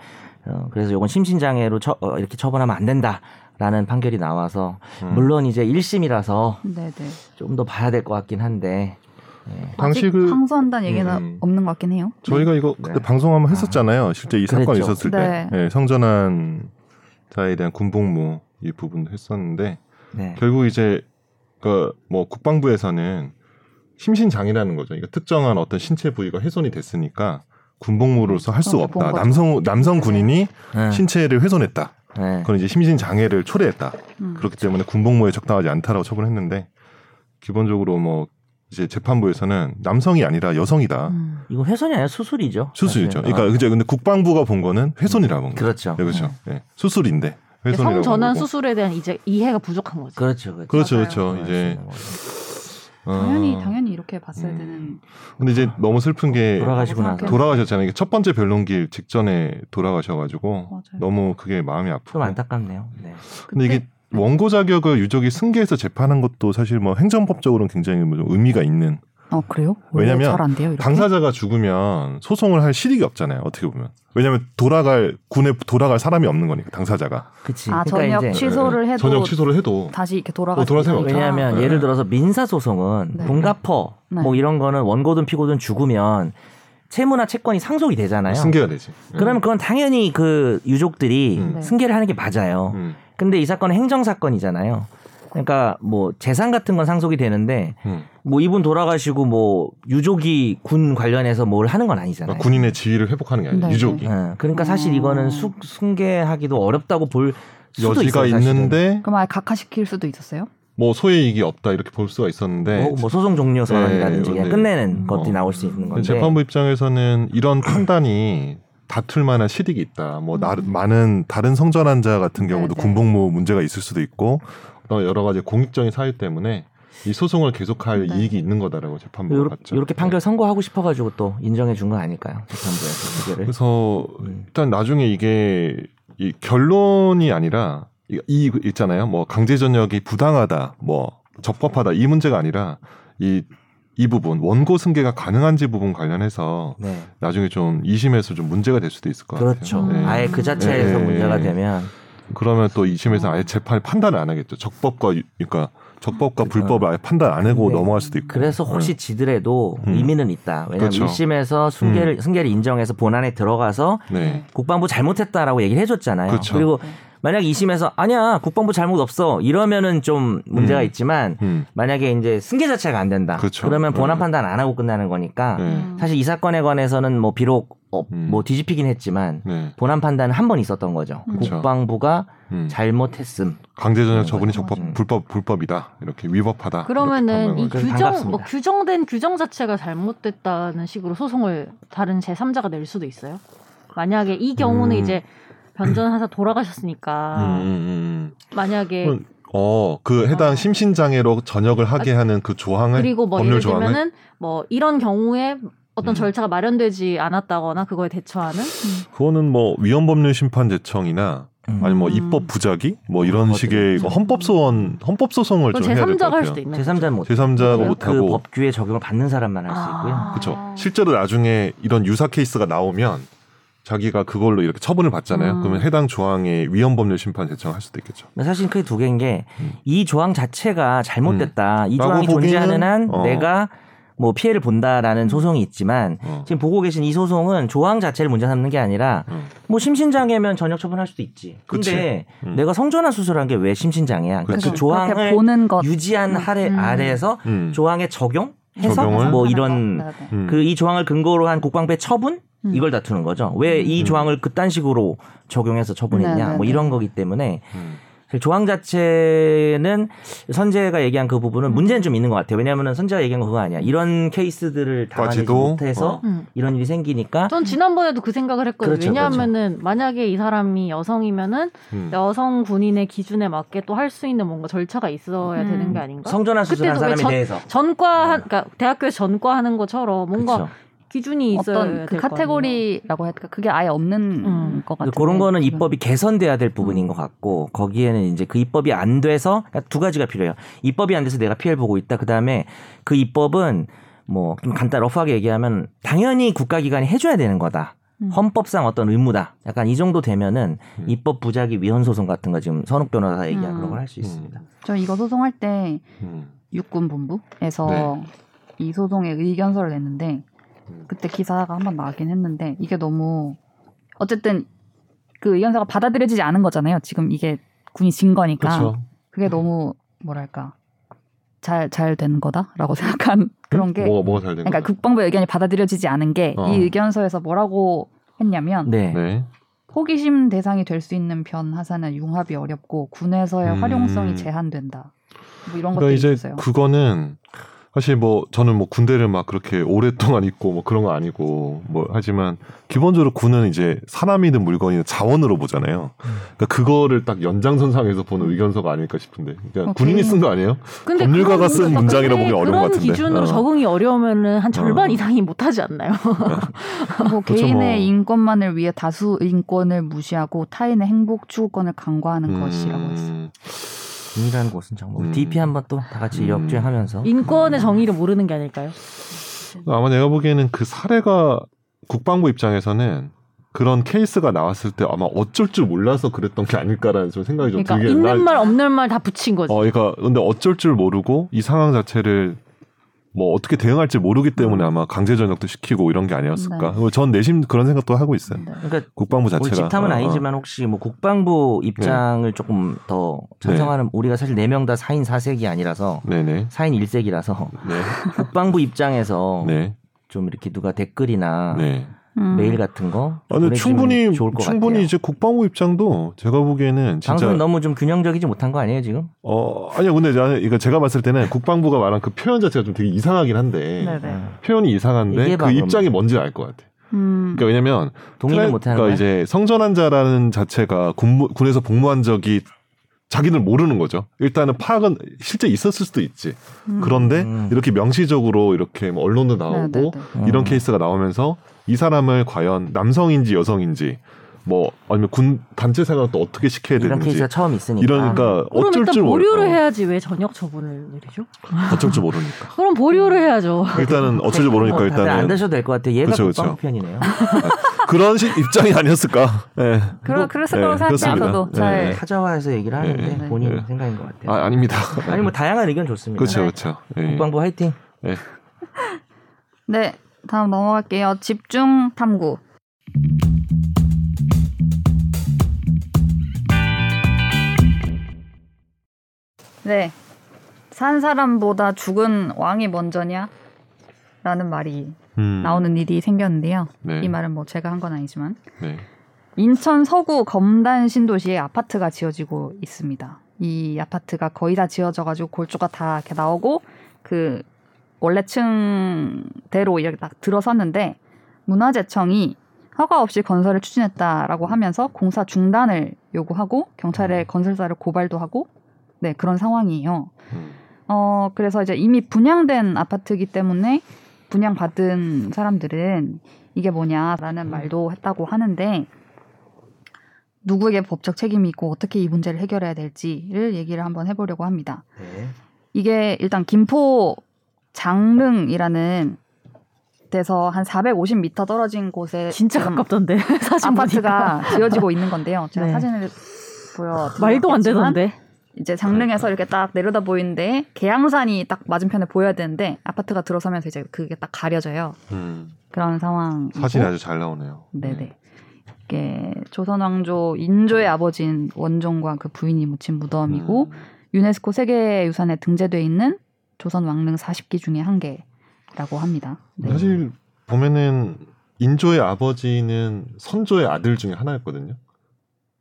어, 그래서 이건 심신 장애로 처, 어, 이렇게 처벌하면 안 된다라는 판결이 나와서
음.
물론 이제 1심이라서
네, 네.
좀 더 봐야 될 것 같긴 한데
당시
아직
그
항소한다는 얘기는
음.
없는 것 같긴 해요.
저희가 이거 그때
네.
방송 한번 했었잖아요 실제 이 사건
그랬죠.
있었을
네.
때 예, 성전환 자에 대한 군복무 이 부분도 했었는데
네.
결국 이제 그 뭐 국방부에서는 심신장애라는 거죠. 그러니까 특정한 어떤 신체 부위가 훼손이 됐으니까 군복무로서 할 수
그렇게 어, 네, 본
없다.
거죠.
남성 남성 군인이
네.
그 신체를 훼손했다.
네.
그건 이제 심신장애를 초래했다.
음.
그렇기 때문에 군복무에 적당하지 않다라고 처분했는데 기본적으로 뭐 이제 재판부에서는 남성이 아니라 여성이다.
음.
이거 훼손이 아니라 수술이죠.
수술이죠.
사실.
그러니까
어.
그죠. 근데 국방부가 본 거는 훼손이라고 본 거죠.
그렇죠.
네, 그렇죠. 예. 수술인데 훼손이라고 본
네, 성전환
거고.
수술에 대한 이제 이해가 부족한 거죠.
그렇죠. 그렇죠.
그렇죠, 그렇죠.
네,
이제
맞습니다.
당연히
어.
당연히 이렇게 봤어야
음.
되는
근데 이제 너무 슬픈 게
돌아가시고 나서
돌아가셨구나.
돌아가셨잖아요. 이게 첫 번째 변론길 직전에 돌아가셔가지고
맞아요.
너무 그게 마음이 아프고.
좀 안타깝네요. 네.
근데 이게 원고 자격을 유족이 승계해서 재판한 것도 사실 뭐 행정법적으로는 굉장히 뭐좀 의미가 있는.
어 그래요?
왜냐면
잘안 돼요. 이렇게?
당사자가 죽으면 소송을 할 실익이 없잖아요. 어떻게 보면. 왜냐하면 돌아갈 군에 돌아갈 사람이 없는 거니까 당사자가.
그치.
아
그러니까
전역
이제
취소를 해도
전역 취소를 해도
다시 이렇게 돌아가.
어, 돌아가세요.
왜냐하면
네.
예를 들어서 민사 소송은
네.
동가퍼
네.
뭐 이런 거는 원고든 피고든 죽으면 채무나 채권이 상속이 되잖아요.
승계가 되지.
그러면 그건 당연히 그 유족들이
음.
네.
승계를 하는 게 맞아요.
음,
근데 이 사건은 행정 사건이잖아요. 그러니까 뭐 재산 같은 건 상속이 되는데
음.
뭐 이분 돌아가시고 뭐 유족이 군 관련해서 뭘 하는 건 아니잖아요.
그러니까 군인의 지위를 회복하는 게 아니라
네.
유족이
예, 그러니까 사실
음.
이거는 수, 승계하기도 어렵다고 볼 수도
여지가
있어요. 사실은.
있는데
그럼 아예 각하시킬 수도 있었어요?
뭐 소외이익이 없다 이렇게 볼 수가 있었는데
뭐, 뭐 소송 종료 선언이라든지
네,
그냥
네.
끝내는 것들이
어.
나올 수 있는 건데
재판부 입장에서는 이런 판단이 다툴 만한 실익이 있다. 뭐 나, 많은 다른 성전 환자 같은 경우도
음. 네네.
군복무 문제가 있을 수도 있고 또 여러 가지 공익적인 사유 때문에 이 소송을 계속할
네.
이익이 있는 거다라고 재판부가
요렇-
봤죠.
요렇게
네.
판결 선고하고 싶어가지고 또 인정해 준 거 아닐까요? 재판부에서 무죄를.
네. 그래서
음.
일단 나중에 이게 이 결론이 아니라 이, 이 있잖아요. 뭐 강제전역이 부당하다, 뭐 적법하다 이 문제가 아니라 이 이 부분 원고 승계가 가능한지 부분 관련해서
네,
나중에 좀 이심에서 좀 문제가 될 수도 있을 것
그렇죠.
같아요. 네.
아예 그 자체에서
네.
문제가 되면
그러면 또 이심에서 아예 재판을 판단을 안 하겠죠. 적법과 유- 그러니까 적법과 불법을 아예 판단 안 하고
네.
넘어갈 수도 있고.
그래서 혹시 지더라도
음.
의미는 있다. 왜냐하면
그렇죠. 음.
1심에서 승계를 승계를 인정해서 본안에 들어가서
네.
국방부 잘못했다라고 얘기를 해줬잖아요.
그렇죠.
리고 만약 2심에서 아니야 국방부 잘못 없어 이러면은 좀 문제가
음.
있지만
음.
만약에 이제 승계 자체가 안 된다.
그렇죠.
러면 본안
네.
판단 안 하고 끝나는 거니까
음.
네.
사실 이 사건에 관해서는 뭐 비록 어,
음.
뭐 뒤집히긴 했지만
네.
본안 판단은 한 번 있었던 거죠.
그렇죠.
국방부가
음.
잘못했음.
강제전역 처분이
음.
적법 불법 불법이다. 이렇게 위법하다.
그러면은 이
이렇게
그래서
규정
반갑습니다.
뭐 규정된 규정 자체가 잘못됐다는 식으로 소송을 다른 제 3자가 낼 수도 있어요. 만약에 이 경우는
음.
이제 변전하사
판단을
돌아가셨으니까
음, 음, 음.
만약에
그건- 어, 그 해당 심신장애로 전역을 하게 하는 그 조항을
아. 그리고 뭐
법률
예를
조항을
들면은 뭐 이런 경우에 어떤
음.
절차가 마련되지 않았다거나 그거에 대처하는
그거는 뭐 위헌법률 심판 제청이나
음.
아니 뭐
음.
입법 부작위 뭐 이런
그런
식의
것들.
헌법 소원 헌법 소송을
그건
좀
제
해야 될 것
3자가 할
같아요.
수도 있는 거죠.
제3자는 못.
제3자가
못
그
하고.
법규의 적용을 받는 사람만 할 수 있고요.
아.
그렇죠. 실제로 나중에 이런 유사 케이스가 나오면 자기가 그걸로 이렇게 처분을 받잖아요.
음.
그러면 해당 조항에 위헌 법률 심판 제청할 수도 있겠죠.
근데 사실 그게 두 개인 게
음.
이 조항 자체가 잘못됐다. 이
라고
조항이 존재하는
보기에는-
한
어. 음.
내가 뭐 피해를 본다라는 소송이 있지만
어.
지금 보고 계신 이 소송은 조항 자체를 문제 삼는 게 아니라
음.
뭐 심신장애면 전역 처분할 수도 있지.
그치.
근데
음.
내가 성전환 수술한 게 왜 심신장애야? 그러니까
그치.
그
그렇게
조항을
보는 것
유지한 아래
음.
아래에서
음.
조항의 적용 해서
적용을?
뭐
하는
이런
거. 네, 네.
음.
그 이 조항을 근거로 한 국방부의 처분
음.
이걸 다투는 거죠. 왜 이
음.
조항을 그딴 식으로 적용해서
네,
처분했냐?
네,
뭐
네.
이런 거기 때문에
음.
사실 조항 자체는 선재가 얘기한 그
음.
부분은 문제는 좀 있는 것 같아요. 왜냐하면 선재가 얘기한 거 그거 아니야. 이런 케이스들을 담아내지
뭐 까지도?
못해서
어.
음.
이런 일이 생기니까
전 지난번에도 그 생각을 했거든요.
그렇죠,
왜냐하면은 만약에 이 사람이 여성이면은
음.
여성 군인의 기준에 맞게 또 할 수 있는 뭔가 절차가 있어야
음.
되는 게 아닌가?
성전환 수술한
그때도 왜
사람에
전-
대해서
네.
전과 한- 그러니까 대학교에 전과하는 것처럼 뭔가
그쵸.
기준이 있어야
어떤 그
될거 아니에요.
카테고리라고 해야 될까? 그게 아예 없는
음.
것 같아요.
근데 그런 거는 입법이 개선돼야 될 부분인 것 같고 거기에는 이제 그 입법이 안 돼서 그러니까 두 가지가 필요해요. 입법이 안 돼서 내가 피해를 보고 있다. 그다음에 그 입법은 뭐 좀 간단 러프하게 얘기하면 당연히 국가기관이 해줘야 되는 거다.
음.
헌법상 어떤 의무다. 약간 이 정도 되면은
음.
입법 부작위 위헌 소송 같은 거 지금 선욱 변호사 얘기한
음.
그런 걸 할 수
음.
있습니다.
저 이거 소송할 때
음.
육군 본부에서
네.
이 소송에 의견서를 냈는데
음.
그때 기사가 한 번 나긴 했는데 이게 너무 어쨌든 그 의견서가 받아들여지지 않은 거잖아요. 지금 이게 군이 진 거니까
아,
그렇죠.
그게 너무 뭐랄까 잘 잘 된 거다라고 [laughs] 생각한 그런
네.
게
뭐가 뭐가 잘된
그러니까
거죠?
국방부 의견이 받아들여지지 않은 게 이
어.
의견서에서 뭐라고 했냐면
네.
그
네.
호기심 대상이 될 수 있는 변 하사는 융합이 어렵고 군에서의
음.
활용성이 제한된다. 뭐 이런
그러니까
것들이
이제
있어요.
그거는 사실 뭐 저는 뭐 군대를 막 그렇게 오랫동안 있고 뭐 그런 거 아니고 뭐 하지만 기본적으로 군은 이제 사람이든 물건이든 자원으로 보잖아요. 그러니까 그거를 딱 연장선상에서 보는 의견서가 아닐까 싶은데. 그러니까
어,
군인이
그래요?
쓴 거 아니에요?
근데
법률가가
그런-
쓴 문장이라 보기
근데
어려운
그런
것 같은데.
기준으로
어.
적응이 어려우면은 한 절반
어.
이상이 못하지 않나요?
뭐
그렇죠,
개인의
뭐.
인권만을 위해 다수 인권을 무시하고 타인의 행복 추구권을 강구하는
음,
것이라고 했어요.
군이라는 곳은 정말
음.
DP 한번 또 다 같이
음.
역주행하면서
인권의 정의를 모르는 게 아닐까요?
아마 내가 보기에는 그 사례가 국방부 입장에서는 그런 케이스가 나왔을 때 아마 어쩔 줄 몰라서 그랬던 게 아닐까라는 좀 생각이 좀
그러니까
들게
있는
나-
말 없는 말 다 붙인 거지.
어, 그러니까 근데 어쩔 줄 모르고 이 상황 자체를 뭐 어떻게 대응할지 모르기 때문에 아마 강제 전역도 시키고 이런 게 아니었을까? 전 내심 그런 생각도 하고 있어요.
네.
그러니까
국방부
우리
자체가
집탐은
어, 네. 어.
아니지만 혹시 뭐 국방부 입장을 조금 더 찬성하는 우리가 사실 네 명 다 4인 4색이 아니라서
네네 [laughs]
4인 1색이라서
네
국방부 입장에서
네
좀 이렇게 누가 댓글이나
네.
음.
메일 같은 거
아, 근데
보내주시면
충분히
아. 좋을 것
충분히
같아요.
이제 국방부 입장도 제가 보기에는 진짜
방송 너무 좀 균형적이지 못한 거 아니에요 지금?
어 아니요 근데 저는 이거 제가 봤을 때는 국방부가 말한 그 표현 자체가 좀 되게 이상하긴 한데
네네.
표현이 이상한데
이게
그
방금-
입장이 뭔지 알 것 같아.
음.
그러니까 왜냐면
동의를
트라이-
못하는 거야?
그러니까 이제 성전환자라는 자체가 군에서 복무한 적이 자기는 모르는 거죠. 일단은 파악은 실제 있었을 수도 있지.
음.
그런데
음.
이렇게 명시적으로 이렇게 뭐 언론도 나오고
네, 네, 네.
이런
음.
케이스가 나오면서 이 사람을 과연 남성인지 여성인지 뭐 아니면 군 단체 생활을 또 어떻게 시켜야
이런
되는지
케이스가 처음 있으니까
이러니까
그럼
어쩔
일단
줄 모르
보류를 해야지 왜 저녁 처분을 내리죠?
어, 어쩔 줄 모르니까.
그럼
음.
보류를 해야죠.
일단은 어쩔 줄 모르니까
네, 뭐 다들 안
일단은
드셔도 될 것 같아요. 얘가
그쵸, 그쵸.
국방부 편이네요.
그런 식 입장이 아니었을까. 예.
그러, 그랬을 거라고 생각해요,
네, 그렇습니다.
저도.
네,
잘.
네.
타자와에서 얘기를 하는데
네,
네.
본인
네.
생각인 것 같아요.
아, 아닙니다.
아니 뭐 다양한 의견 좋습니다.
그렇죠,
네.
그렇죠. 예.
국방부 화이팅.
예.
네, 다음 넘어갈게요. 집중 탐구. 네, 산 사람보다 죽은 왕이 먼저냐? 라는 말이
음,
나오는 일이 생겼는데요.
네.
이 말은 뭐 제가 한 건 아니지만
네.
인천 서구 검단 신도시에 아파트가 지어지고 있습니다. 이 아파트가 거의 다 지어져가지고 골조가 다 이렇게 나오고 그 원래 층대로 이렇게 딱 들어섰는데 문화재청이 허가 없이 건설을 추진했다라고 하면서 공사 중단을 요구하고 경찰에 건설사를 고발도 하고 네 그런 상황이에요.
음.
어, 그래서 이제 이미 분양된 아파트이기 때문에 분양받은 사람들은 이게 뭐냐라는 말도 했다고 하는데 누구에게 법적 책임이 있고 어떻게 이 문제를 해결해야 될지를 얘기를 한번 해보려고 합니다. 이게 일단 김포 장릉이라는 데서 한 450m 떨어진 곳에
진짜
지금
가깝던데 [laughs] 사진 보니까.
네. 음. 아파트가 지어지고 있는 건데요. 제가
네.
사진을 보여
말도 안 되던데.
이제 장릉에서
그러니까.
이렇게 딱 내려다 보이는데 계양산이 딱 맞은편에 보여야 되는데 아파트가 들어서면서 이제 그게 딱 가려져요.
음.
그런 상황.
사진이 아주 잘 나오네요.
음. 네네. 이게 조선 왕조 인조의 아버지인 원종과 그 부인이 묻힌 무덤이고
음.
유네스코 세계유산에 등재돼 있는 조선 왕릉 40기 중에 한 개라고 합니다.
음.
네.
사실 보면은 인조의 아버지는 선조의 아들 중에 하나였거든요.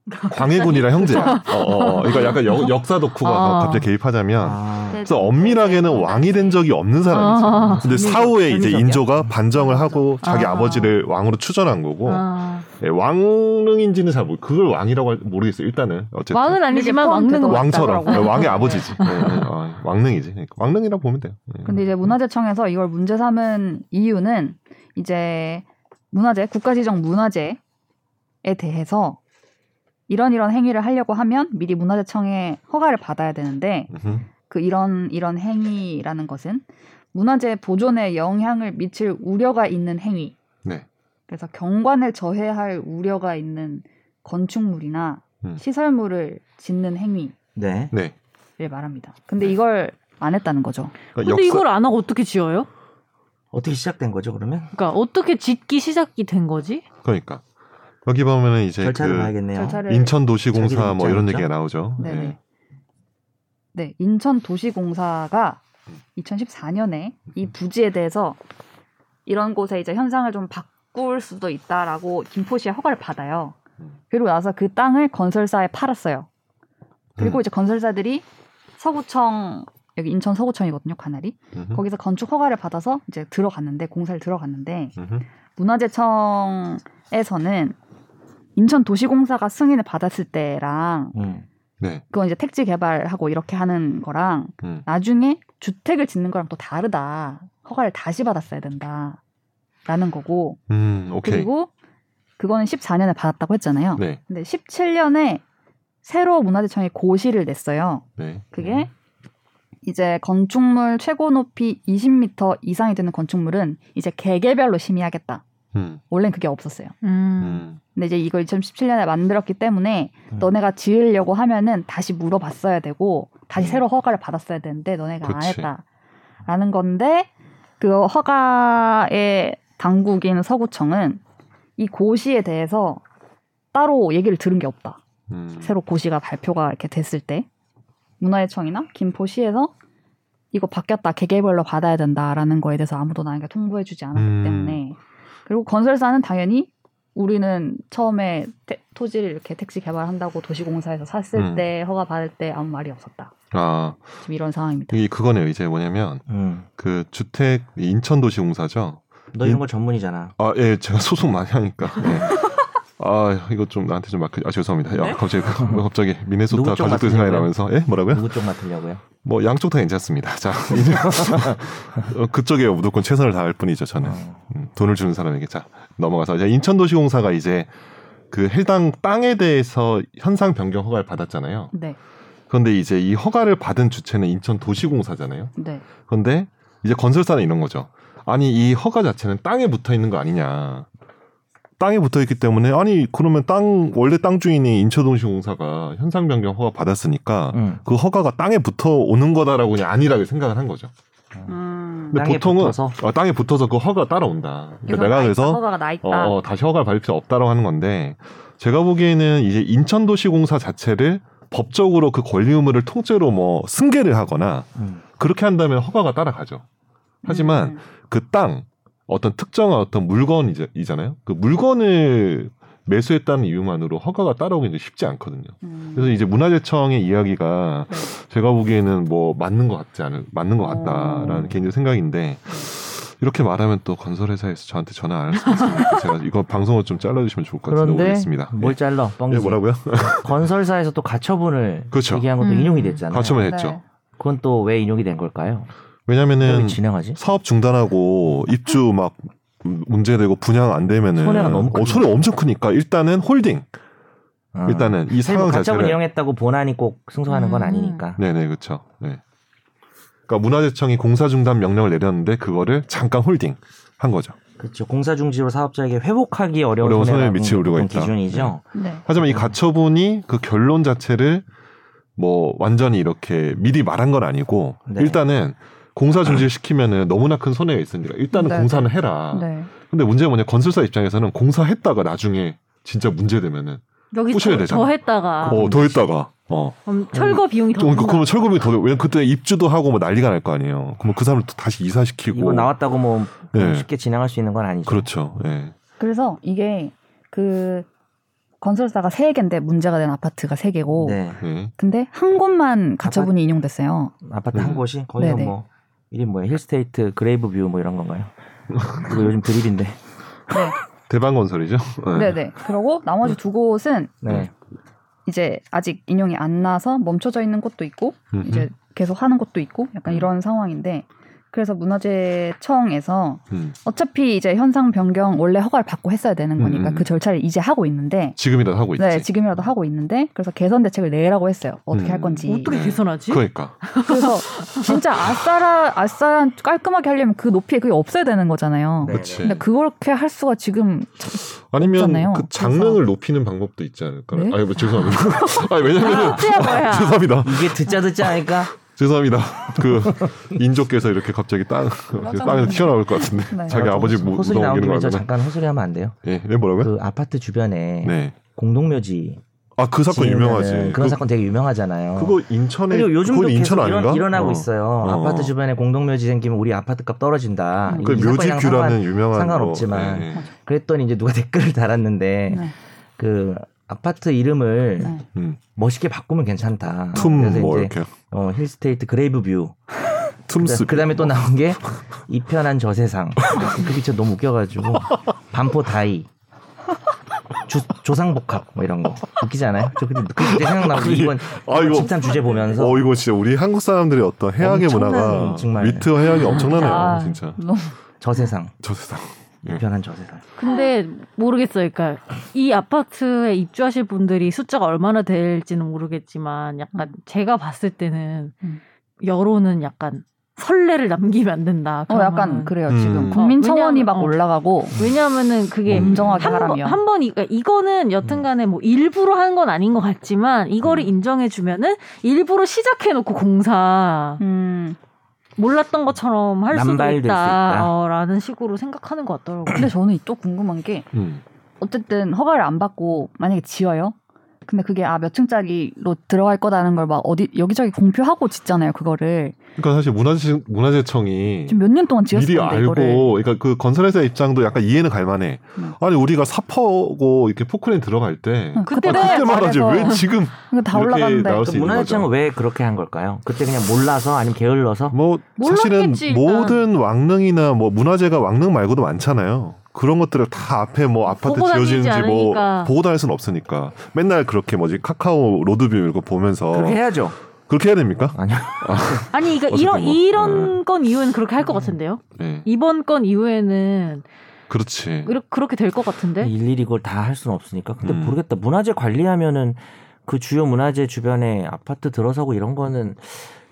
광해군이랑 형제. 어, 어, 어. 그러니까 약간 역, 역사 덕후가
아.
갑자기 개입하자면
아.
네.
그래서 엄밀하게는 왕이 된 적이 없는 사람이죠.
아.
근데
전민족,
사후에 이제
전민족이야.
인조가 반정을 하고 자기
아.
아. 버지를 왕으로 추전한 거고
아,
예, 왕릉인지는 잘 모르. 그걸 왕이라고 할- 모르겠어요. 일단은 어쨌든
왕은 아니지만
이게 포인트도
왕릉은
왕처럼
맞다고
왕의
[laughs] 네.
아버지지. 예, 예. 어, 왕릉이지. 그러니까 왕릉이라고 보면 돼요. 예.
근데 이제 문화재청에서 이걸 문제 삼은 이유는 이제 문화재 국가지정 문화재에 대해서 이런 이런 행위를 하려고 하면 미리 문화재청에 허가를 받아야 되는데
음흠.
그 이런 이런 행위라는 것은 문화재 보존에 영향을 미칠 우려가 있는 행위.
네.
그래서 경관을 저해할 우려가 있는 건축물이나
음.
시설물을 짓는 행위를
네.
네.
말합니다. 근데 이걸 안 했다는 거죠.
그러니까
근데 이걸 안 하고 어떻게 지어요?
어떻게 시작된 거죠 그러면?
그러니까 어떻게 짓기 시작이 된 거지?
그러니까 여기 보면은 이제
절차를
그
봐야겠네요.
절차를
인천 도시공사
자기들
뭐 이런
입장이죠?
얘기가 나오죠.
네네.
예.
네, 인천도시공사가 2014년에 이
음.
부지에 대해서 이런 곳에 이제 현상을 좀 바꿀 수도 있다라고 김포시에 허가를 받아요.
음.
그리고 나서 그 땅을 건설사에 팔았어요. 그리고
음.
이제 건설사들이 서구청 여기 인천 서구청이거든요, 관할이.
음흠,
거기서 건축 허가를 받아서 이제 들어갔는데 공사를 들어갔는데
음흠.
문화재청에서는 인천 도시공사가 승인을 받았을 때랑
음.
네.
그건 이제 택지 개발하고 이렇게 하는 거랑
음.
나중에 주택을 짓는 거랑 또 다르다. 허가를 다시 받았어야 된다. 라는 거고
음, 오케이.
그리고 그거는 14년에 받았다고 했잖아요.
네.
근데 17년에 새로 문화재청이 고시를 냈어요.
네.
그게 이제 건축물 최고 높이 20m 이상이 되는 건축물은 이제 개개별로 심의하겠다.
음.
원래는 그게 없었어요.
음.
음.
근데 이제 이걸 2017년에 만들었기 때문에
음.
너네가 지으려고 하면은 다시 물어봤어야 되고 다시
음.
새로 허가를 받았어야 되는데 너네가 안
그치.
했다라는 건데 그 허가의 당국인 서구청은 이 고시에 대해서 따로 얘기를 들은 게 없다.
음.
새로 고시가 발표가 이렇게 됐을 때 문화재청이나 김포시에서 이거 바뀌었다 개개별로 받아야 된다라는 거에 대해서 아무도 나에게 통보해주지 않았기
음.
때문에 그리고 건설사는 당연히 우리는 처음에 태- 토지를 이렇게 택지 개발한다고 도시공사에서 샀을
음.
때 허가 받을 때 아무 말이 없었다
아,
지금 이런 상황입니다.
이게 그거네요. 이제 뭐냐면
음.
그 주택 인천도시공사죠.
너 이런 거 전문이잖아.
아, 예, 제가 소송 많이 하니까. 예. 아, 이거 좀 나한테 좀 맡겨. 아, 죄송합니다. 야,
네?
갑자기 그, 갑자기 미네소타
누구 쪽
가족들 생각이 나면서 예, 뭐라고요?
누구 쪽 맡으려고요?
뭐 양쪽 다 괜찮습니다. 자, 이제 [laughs] 어, 그쪽에 무조건 최선을 다할 뿐이죠. 저는
어.
음, 돈을 주는 사람에게 자 넘어가서 이제 인천도시공사가 이제 그 해당 땅에 대해서 현상 변경 허가를 받았잖아요.
네,
그런데 이제 이 허가를 받은 주체는 인천도시공사잖아요.
네,
그런데 이제 건설사는 이런 거죠. 아니 이 허가 자체는 땅에 붙어 있는 거 아니냐. 땅에 붙어 있기 때문에 아니 그러면 땅 원래 땅 주인이 인천도시공사가 현상 변경 허가 받았으니까
음.
그 허가가 땅에 붙어 오는 거다라고 그냥 아니라고 생각을 한 거죠. 음.
음.
근데
땅에
보통은
붙어서?
어, 땅에 붙어서 그 허가 가 따라온다. 그러니까 내가 그래서
허가가 나
어,
있다.
어, 다시 허가를 받을 필요 없다라고 하는 건데 제가 보기에는 이제 인천도시공사 자체를 법적으로 그 권리 의무를 통째로 뭐 승계를 하거나
음.
그렇게 한다면 허가가 따라가죠. 하지만 그 땅 어떤 특정한 어떤 물건이잖아요. 그 물건을 매수했다는 이유만으로 허가가 따라오기는 쉽지 않거든요.
음,
그래서 이제 문화재청의 이야기가
네.
제가 보기에는 뭐 맞는 것 같지 않을 맞는 것 같다라는
어.
개인적인 생각인데 이렇게 말하면 또 건설회사에서 저한테 전화 안 할 수 있습니다. 제가 이거 방송을 좀 잘라주시면 좋을 것 같은데
그런데
모르겠습니다.
뭘 잘라?
예,
뻥이
예, 뭐라고요?
건설사에서 또 가처분을
그렇죠.
얘기한 것도
음.
인용이 됐잖아요.
가처분
네.
했죠.
그건 또 왜 인용이 된 걸까요? 왜
왜냐면은
진행하지?
사업 중단하고 입주 막 문제되고 분양 안 되면은
손해가 너무
어,
크니까.
손해 엄청 크니까 일단은 홀딩
아.
일단은 이
사실 뭐
상황
가처분
자체를
이용했다고 본안이 꼭 승소하는 건
음.
아니니까.
네네 그렇죠. 네. 그러니까 문화재청이 공사 중단 명령을 내렸는데 그거를 잠깐 홀딩 한 거죠.
그렇죠. 공사 중지로 사업자에게 회복하기 어려운,
어려운 손해를
손해라는
미칠 우려가
보통
있다.
기준이죠.
네.
하지만 이
음.
가처분이 그 결론 자체를 뭐 완전히 이렇게 미리 말한 건 아니고
네.
일단은 공사 중지를 시키면은 너무나 큰 손해가 있으니까 일단은
네.
공사는 해라.
네.
근데 문제는 뭐냐 건설사 입장에서는 공사했다가 나중에 진짜 문제 되면은
여기
부셔야
더,
되잖아.
더 했다가
어 더 했다가 어
그럼 철거 비용이 더
그럼 그-
든다.
그러면 철거비 더 왜냐면 그때 입주도 하고 뭐 난리가 날 거 아니에요. 그러면 그 사람을 또 다시 이사시키고
이거 나왔다고 뭐
네.
쉽게 진행할 수 있는 건 아니죠.
그렇죠. 예.
그래서 이게 그 건설사가 세 개인데 문제가 된 아파트가 세 개고
네.
예.
근데 한 곳만 가처분이 인용됐어요.
아파트
네.
한 곳이 거기가
네, 네.
뭐 이름 뭐야? 힐스테이트 그레이브 뷰 뭐
[laughs]
이런 건가요? 그거 요즘 드립인데.
대방 건설이죠. 예.
네네. 그리고 나머지 두 곳은
네.
이제 아직 인용이 안 나서 멈춰져 있는 곳도 있고
음,
이제 계속 하는 곳도 있고 약간 이런 상황인데 그래서 문화재청에서
음.
어차피 이제 현상 변경 원래 허가를 받고 했어야 되는 거니까
음, 음.
그 절차를 이제 하고 있는데
지금이라도 하고 있지.
네 지금이라도 하고 있는데 그래서 개선 대책을 내라고 했어요 어떻게
음.
할 건지
어떻게
네.
개선하지?
그러니까
그래서 진짜 아싸라 아싸한 깔끔하게 하려면 그 높이에 그게 없어야 되는 거잖아요
네.
그렇지.
근데 그렇게 할 수가 지금
아니면
없잖아요.
그 장르를 높이는 방법도 있지 않을까요?
네? 아.
아니 뭐 죄송합니다. [laughs] 아니 왜냐면
어째야 뭐야?
죄송합니다.
이게 듣자 듣자
[laughs]
하니까
죄송합니다. 그 인조께서 이렇게 갑자기 땅 땅에서 튀어나올 것 같은데
네.
자기 아버지 무-
호소리
무덤
나온
옮기는
김에
거
저
알면
잠깐 호소리 하면 안 돼요?
예, 네, 뭐라고요?
그 아파트 주변에
네.
공동묘지
아 그 사건
지으면은
유명하지.
네, 그런
그,
사건 되게 어. 유명하잖아요.
그거 인천에
그리고 요즘도
그건
계속
인천 아닌가?
일어, 일어나고
어.
있어요.
어.
아파트 주변에 공동묘지 생기면 우리 아파트값 떨어진다.
음.
이
그
사건이랑 상관-
묘지큐라는 유명한 어, 네.
상관없지만. [laughs]
거. 예, 예.
그랬더니 이제 누가 댓글을 달았는데
네.
그 아파트 이름을
네.
음.
멋있게 바꾸면 괜찮다. 그래서
툼뭐
이제
이렇게
어, 힐스테이트 그레이브뷰.
툼스
그 다음에 또 나온 게
[laughs]
이편한 저세상. 그게 진짜 너무 웃겨가지고 반포 다이. 조, 조상복합 뭐 이런 거 웃기지 않아요? 저 근데 그때 생각나고
아니,
이번
아, 이거-
집탐 주제 보면서
어 이거 진짜 우리 한국 사람들의 어떤 해양의
엄청난,
문화가
정말.
위트 와 해양이 엄청나네요
아,
진짜
너무
저세상
저 세상
이편한 저세상.
근데 모르겠어요. 그러니까 이 아파트에 입주하실 분들이 숫자가 얼마나 될지는 모르겠지만 약간 제가 봤을 때는
음.
여론은 약간 설레를 남기면 안 된다.
어
그러면은.
약간 그래요 지금
음.
국민 청원이
왜냐면-
막
어.
올라가고
왜냐하면은 그게
음.
엄정하게 하라며
한번 이거 이거는 여튼간에 뭐 일부러 하는 건 아닌 것 같지만 이거를
음.
인정해주면은 일부러 시작해놓고 공사
음.
몰랐던 것처럼 할 수도
남발될 수 있다.
있다라는 식으로 생각하는 것 같더라고요.
근데 저는 또 궁금한 게
음.
어쨌든 허가를 안 받고 만약에 지어요. 근데 그게 아 몇 층짜리로 들어갈 거다는 걸 막 어디 여기저기 공표하고 짓잖아요 그거를
그러니까 사실 문화재 문화재청이
지금 몇 년 동안 지었을
미리
건데
알고
이거를
그러니까 그 건설회사 입장도 약간 이해는 갈만해
음.
아니 우리가 사퍼고 이렇게 포크레인 들어갈 때
음.
아,
응,
그때
그때
네,
그때 말하지
말해서.
왜 지금
이거 다
이렇게
올라가는데
나올
그
수 있는
문화재청은
거죠.
왜 그렇게 한 걸까요? 그때 그냥 몰라서 아니면 게을러서
뭐 사실은
몰랐겠지, 일단.
모든 왕릉이나 뭐 문화재가 왕릉 말고도 많잖아요. 그런 것들을 다 앞에 뭐 아파트
보고 다니지
지어지는지 뭐
않으니까.
보고 다닐 순 없으니까 맨날 그렇게 뭐지 카카오 로드뷰 이거 보면서
그렇게 해야죠.
그렇게 뭐 해야 됩니까?
아니요.
아니 그러니까
어쨌든
이런
뭐,
네.
이런 건 이후에는 그렇게 할 것 같은데요.
네,
이번 건 이후에는
그렇지.
이렇게 그렇게 될 것
네?
같은데.
일일이 그걸 다 할 수는 없으니까. 근데
음.
모르겠다. 문화재 관리하면은 그 주요 문화재 주변에 아파트 들어서고 이런 거는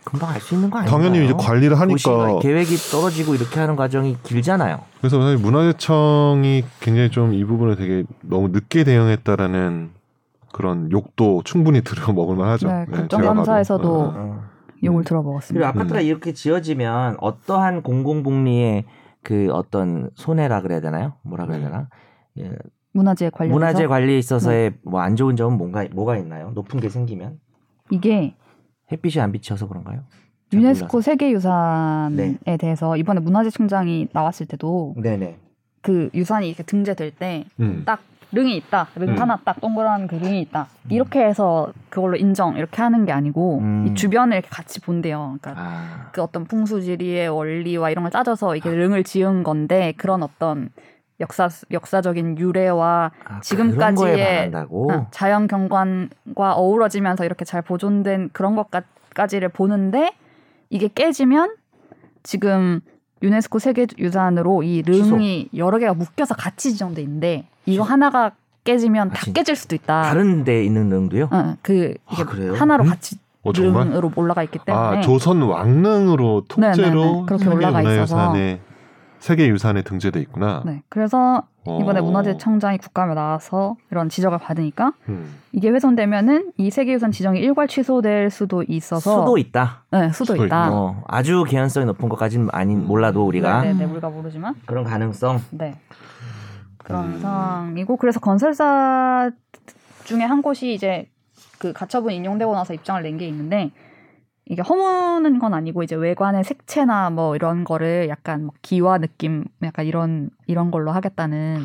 금방 알 수 있는 거 아니에요?
당연히 이제 관리를 하니까
계획이 떨어지고 이렇게 하는 과정이 길잖아요.
그래서 사실 문화재청이 굉장히 좀 이 부분을 되게 너무 늦게 대응했다라는 그런 욕도 충분히 들어 먹을 만하죠.
네,
제가
국정감사에서도
봐도. 어, 음. 어.
욕을
그리고
들어먹었습니다.
아파트가 이렇게 지어지면 어떠한 공공복리의 그 어떤 손해라 그래야 되나요? 뭐라 그래야 되나? 예,
문화재 관련해서 네.
문화재 관리에 있어서의 뭐 안 좋은 점은 뭔가 뭐가 있나요? 높은 게 생기면
이게
햇빛이 안 비쳐서 그런가요? 잘
유네스코
몰라서. 네.
세계유산에 대해서 이번에 문화재청장이 나왔을 때도
네네.
그 유산이 이렇게 등재될 때
음.
릉이 있다, 릉
음.
하나 딱 동그란 그 릉이 있다 이렇게 해서 그걸로 인정 이렇게 하는 게 아니고
음.
이 주변을 이렇게 같이 본대요. 그러니까
아.
그 어떤 풍수지리의 원리와 이런 걸 따져서 이게 릉을 지은 건데 그런 어떤 역사 역사적인 유래와
아,
지금까지의-
그런 거에 반한다고?
어, 자연 경관과 어우러지면서 이렇게 잘 보존된 그런 것까지를 보는데 이게 깨지면 지금 유네스코 세계 유산으로 이 릉이 여러 개가 묶여서 같이 지정돼 있는데 이거
취소.
하나가 깨지면
아,
다
진짜?
깨질 수도 있다.
다른 데 있는 능도요?
어, 그
아,
이게
그래요?
하나로
음?
같이
어, 정말?
릉으로 올라가 있기 때문에
아 조선 왕릉으로
네, 네,
통째로
네. 그렇게
세계
올라가 있어서.
문화유산에 세계 유산에 등재돼 있구나.
네, 그래서 이번에
어.
문화재청장이 국감에 나와서 이런 지적을 받으니까
음.
이게 훼손되면은 이 세계유산 지정이 일괄 취소될 수도 있어서
수도 있다.
네, 수도
수도
있다.
어, 아주 개연성이 높은 것까지는 아닌 몰라도 우리가
네, 네, 네, 우리가 모르지만
그런 가능성.
네. 그런
음.
상황이고 그래서 건설사 중에 한 곳이 이제 그 가처분 인용되고 나서 입장을 낸 게 있는데 이게 허무는 건 아니고 이제 외관의 색채나 뭐 이런 거를 약간 뭐 기와 느낌 약간 이런 이런 걸로 하겠다는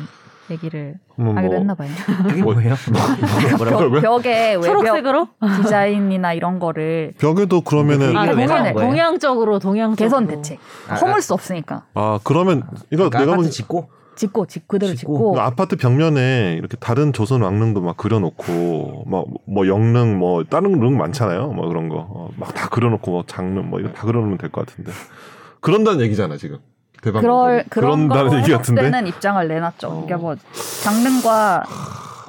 얘기를
그러면
하게
뭐
됐나 봐요.
그게
뭐-
뭐예요? 아, 뭐라고요?
벽, 벽에 외벽
초록색으로
디자인이나 이런 거를
벽에도 그러면은
아,
아,
이게 왜 나온
동양의-
거예요?
동양적으로 동양적으로
개선 대책.
아,
허물 수 없으니까
아, 그러면 이거
그러니까
내가
아파트
본
짓고
짓고 짓 그대로
짓고.
짓고
그 아파트 벽면에 이렇게 다른 조선 왕릉도 막 그려놓고 막 뭐 영릉 뭐 다른 릉 많잖아요 뭐 그런 거 막 다 그려놓고 뭐 장릉 뭐 이거 다 그려놓으면 될 것 같은데 그런다는 얘기잖아 지금 대박
그럴 그런
그런다는
거로
얘기 같은데
해석되는 입장을 내놨죠.
어.
그러니까 뭐 장릉과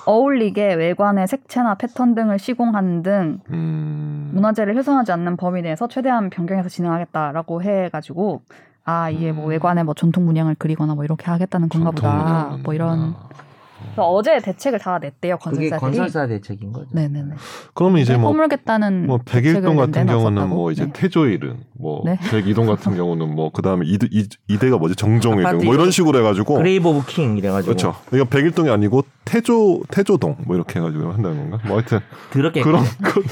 어울리게 외관의 색채나 패턴 등을 시공하는 등
음...
문화재를 훼손하지 않는 범위 내에서 최대한 변경해서 진행하겠다라고 해가지고 아 이게 뭐
음.
외관에 뭐 전통 문양을 그리거나 뭐 이렇게 하겠다는 건가 보다
전통문화재구나.
뭐 이런 그래서 어제 대책을 다 냈대요
그게
건설사들이
건설사 대책인 거죠.
네네네
그러면 이제 뭐
허물겠다는
뭐 백일동
음, 대책을
같은
낸 데는
경우는
없었다고?
뭐 이제
네.
태조일은 뭐
네.
백이동 같은 경우는 뭐 그다음에 이드, 이, 이대가 뭐지 정종일동 뭐
아파트
이런 식으로 해가지고
그레이브 오브 킹 이래가지고
그렇죠. 이거 백일동이 아니고 태조 태조동 뭐 이렇게 해가지고 한다는 건가? 뭐 하여튼
더럽게
그런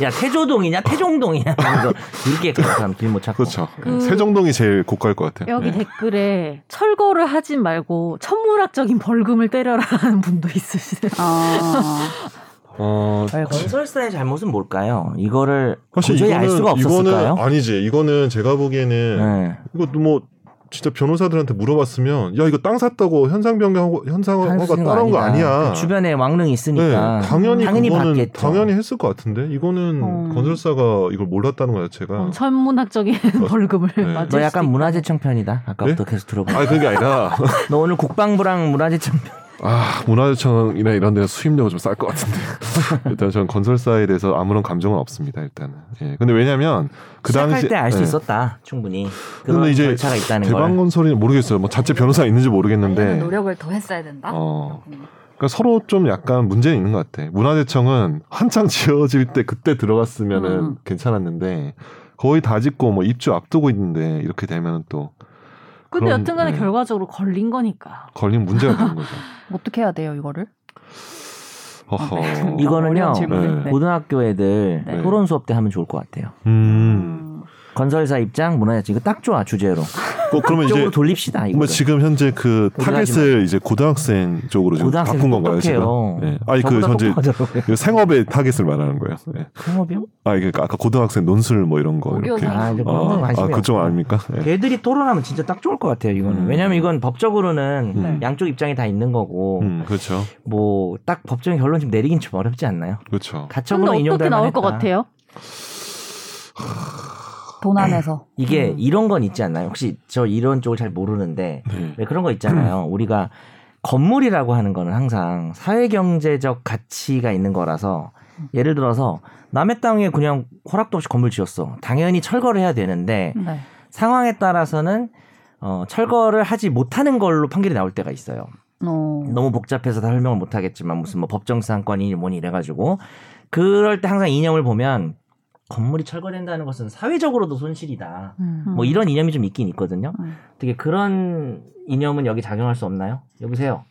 야 태조동이냐 태종동이냐 [laughs] 그래서 이렇게 그 사람 길못 찾고
그렇죠.
그-
세종동이 제일 고가일 것 같아요.
여기
네.
예.
댓글에 철거를 하지
어,
말고 천문학적인 벌금을 때려라는 분도 있으시대요.
아
어,
아니, 건설사의 잘못은 뭘까요? 이거를
사실
도저히 알 수가 없었을까요?
이거는 아니지. 이거는 제가 보기에는
네.
이거 뭐 진짜 변호사들한테 물어봤으면 야 이거 땅 샀다고 현상 변경하고
할
현상허가
수 있는 거
어, 따라온 거
아니다.
아니야.
그 주변에 왕릉이 있으니까.
네, 당연히
당연히
그거는
받겠죠.
당연히 했을 것 같은데 이거는
어.
건설사가 이걸 몰랐다는 것
어.
자체가
음, 천문학적인 벌금을
네.
맞을
너
수도
약간
있-
문화재청 편이다. 아까부터 계속 들어보니까.
아니 그게 네? 아니라
너 오늘 국방부랑 문화재청 편.
[laughs] 아 문화재청이나 이런 데서 수입료가 좀 쌀 것 [laughs] 같은데 일단 저는 건설사에 대해서 아무런 감정은 없습니다 일단은 예 근데 왜냐면 그
시작할
당시
때 알 수
예.
있었다. 충분히. 그런
근데 이제
절차가 있다는
대방
걸.
건설이 모르겠어요 뭐 자체 변호사 있는지
네,
관련한
모르겠는데
노력을 더 했어야 된다.
어
음.
그러니까 서로 좀 약간 문제는 있는 것 같아 문화재청은 한창 [laughs] 지어질 때 그때 들어갔으면은
음.
괜찮았는데 거의 다 짓고 뭐 입주 앞두고 있는데 이렇게 되면 또
근데
그런-
여튼간에
네.
결과적으로 걸린 거니까.
걸린 문제가 되는
[laughs]
거죠
아,
어떻게 해야 돼요 이거를?
허허
네.
이거는요.
어려운 질문인데.
네.
고등학교 애들
네.
토론 수업 때 하면 좋을 것 같아요.
음
건설사 입장, 문화재청 이거 딱 좋아 주제로.
뭐 그러면 이제
쪽으로 돌립시다. 이거.
뭐 지금 현재 그
고등학생.
타겟을 이제 고등학생 쪽으로 지금
고등학생
바꾼 건가요
똑똑해요.
지금? 예. 아니 그 현재 그 생업의 타겟을 말하는 거예요. 예.
생업이요?
아 이게 아까 고등학생 논술 뭐 이런 거 이렇게.
오디오상.
아, 이제 그런 건
아, 아,
관심이
그쪽
없구나.
아닙니까? 예.
걔들이 토론하면 진짜 딱 좋을 것 같아요. 이거는
음.
왜냐면 이건 법적으로는
음.
양쪽 입장이 다 있는 거고
음, 그렇죠,
뭐 딱 법적인 결론 좀 내리긴 좀 어렵지 않나요?
그렇죠.
가처분은
근데 어떻게
인용될
나올 것
만했다.
같아요?
도난에서
이게
음.
이런 건 있지 않나요? 혹시 저 이런 쪽을 잘 모르는데
네.
왜 그런 거
[clears throat]
있잖아요. 우리가 건물이라고 하는 거는 항상 사회경제적 가치가 있는 거라서 예를 들어서 남의 땅에 그냥 허락도 없이 건물 지었어. 당연히 철거를 해야
음.
되는데
네.
상황에 따라서는 어, 철거를 하지 못하는 걸로 판결이 나올 때가 있어요.
어.
너무 복잡해서 다 설명을 못 하겠지만 무슨 뭐 법정사항권이니 뭐니 이래가지고 그럴 때 항상 이념을 보면 건물이 철거된다는 것은 사회적으로도 손실이다.
음.
뭐 이런 이념이 좀 있긴 있거든요.
음.
되게 그런 이념은 여기 작용할 수 없나요? 여보세요.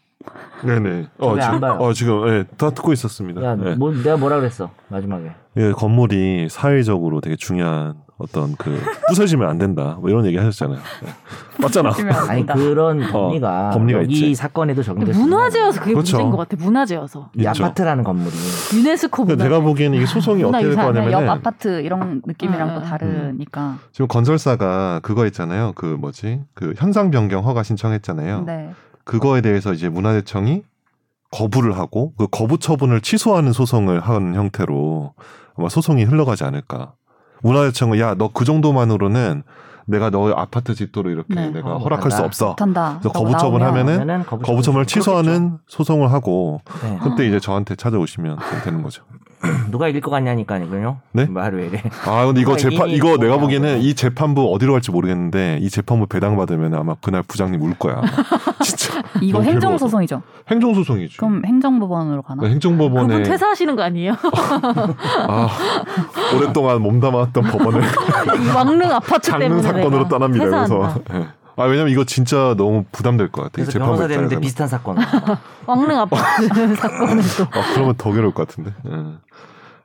네네. 어,
왜안
지금,
봐요?
어 지금 예, 다 듣고 있었습니다.
야,
예.
뭐, 내가 뭐라 그랬어 마지막에.
예, 건물이 사회적으로 되게 중요한 어떤 그 부서지면 안 된다. 뭐 이런 얘기 하셨잖아요. 예. 맞잖아.
아니 그런 법리가,
어, 법리가
여기
있지.
사건에도 적용될 수 있는
문화재여서 그게
그렇죠.
문제인 것 같아. 문화재여서
이
있죠.
아파트라는 건물이
유네스코
근데
문화.
내가 보기에는 이게 소송이
누나
어떻게 될
이상해.
거냐면
아, 옆 아파트 이런 느낌이랑 또
음.
다르니까.
지금 건설사가 그거 있잖아요. 그 뭐지? 그 현상 변경 허가 신청했잖아요.
네.
그거에 대해서 이제 문화재청이 거부를 하고 그 거부 처분을 취소하는 소송을 하는 형태로 아마 소송이 흘러가지 않을까. 문화재청은 야 너 그 정도만으로는 내가 너의 아파트 집도로 이렇게
네.
내가
어,
허락할 수
맞아.
없어.
못한다.
그래서
라고
거부 처분하면은
나오면
그렇죠. 그러면은 거부
네? 거부 처분을 취소하는 소송을 하고
그렇겠죠. 네.
아.
그때 이제 저한테 찾아오시면 되는 거죠.
[laughs] 누가 이길 것 같냐니까요. 뭐
네?
말을 왜 이래.
아 근데 이거
그러니까
재판
이미
이거 내가
뭐냐고.
보기에는 이 재판부 어디로 갈지 모르겠는데 이 재판부 배당 받으면 아마 그날 부장님 울
[laughs]
거야. 아마. 진짜
[laughs] 이거
너무
행정
괴로워서.
소송이죠.
행정 소송이죠. 네,
그럼 행정법원으로 가나?
행정법원에
그분 퇴사하시는
[laughs]
거 아니에요?
아, 오랫동안 몸담았던 법원을
왕릉 아파트
장릉
때문에
사건으로
내가
떠납니다.
퇴사한다.
그래서 예. 아 왜냐면 이거 진짜 너무 부담될 것 같아요.
그래서
재판부
변호사 되는데
입장에서는.
비슷한 사건. 아,
[laughs]
왕릉 아파트 사건에서
아, 그러면 더 괴로울 것 같은데. 예.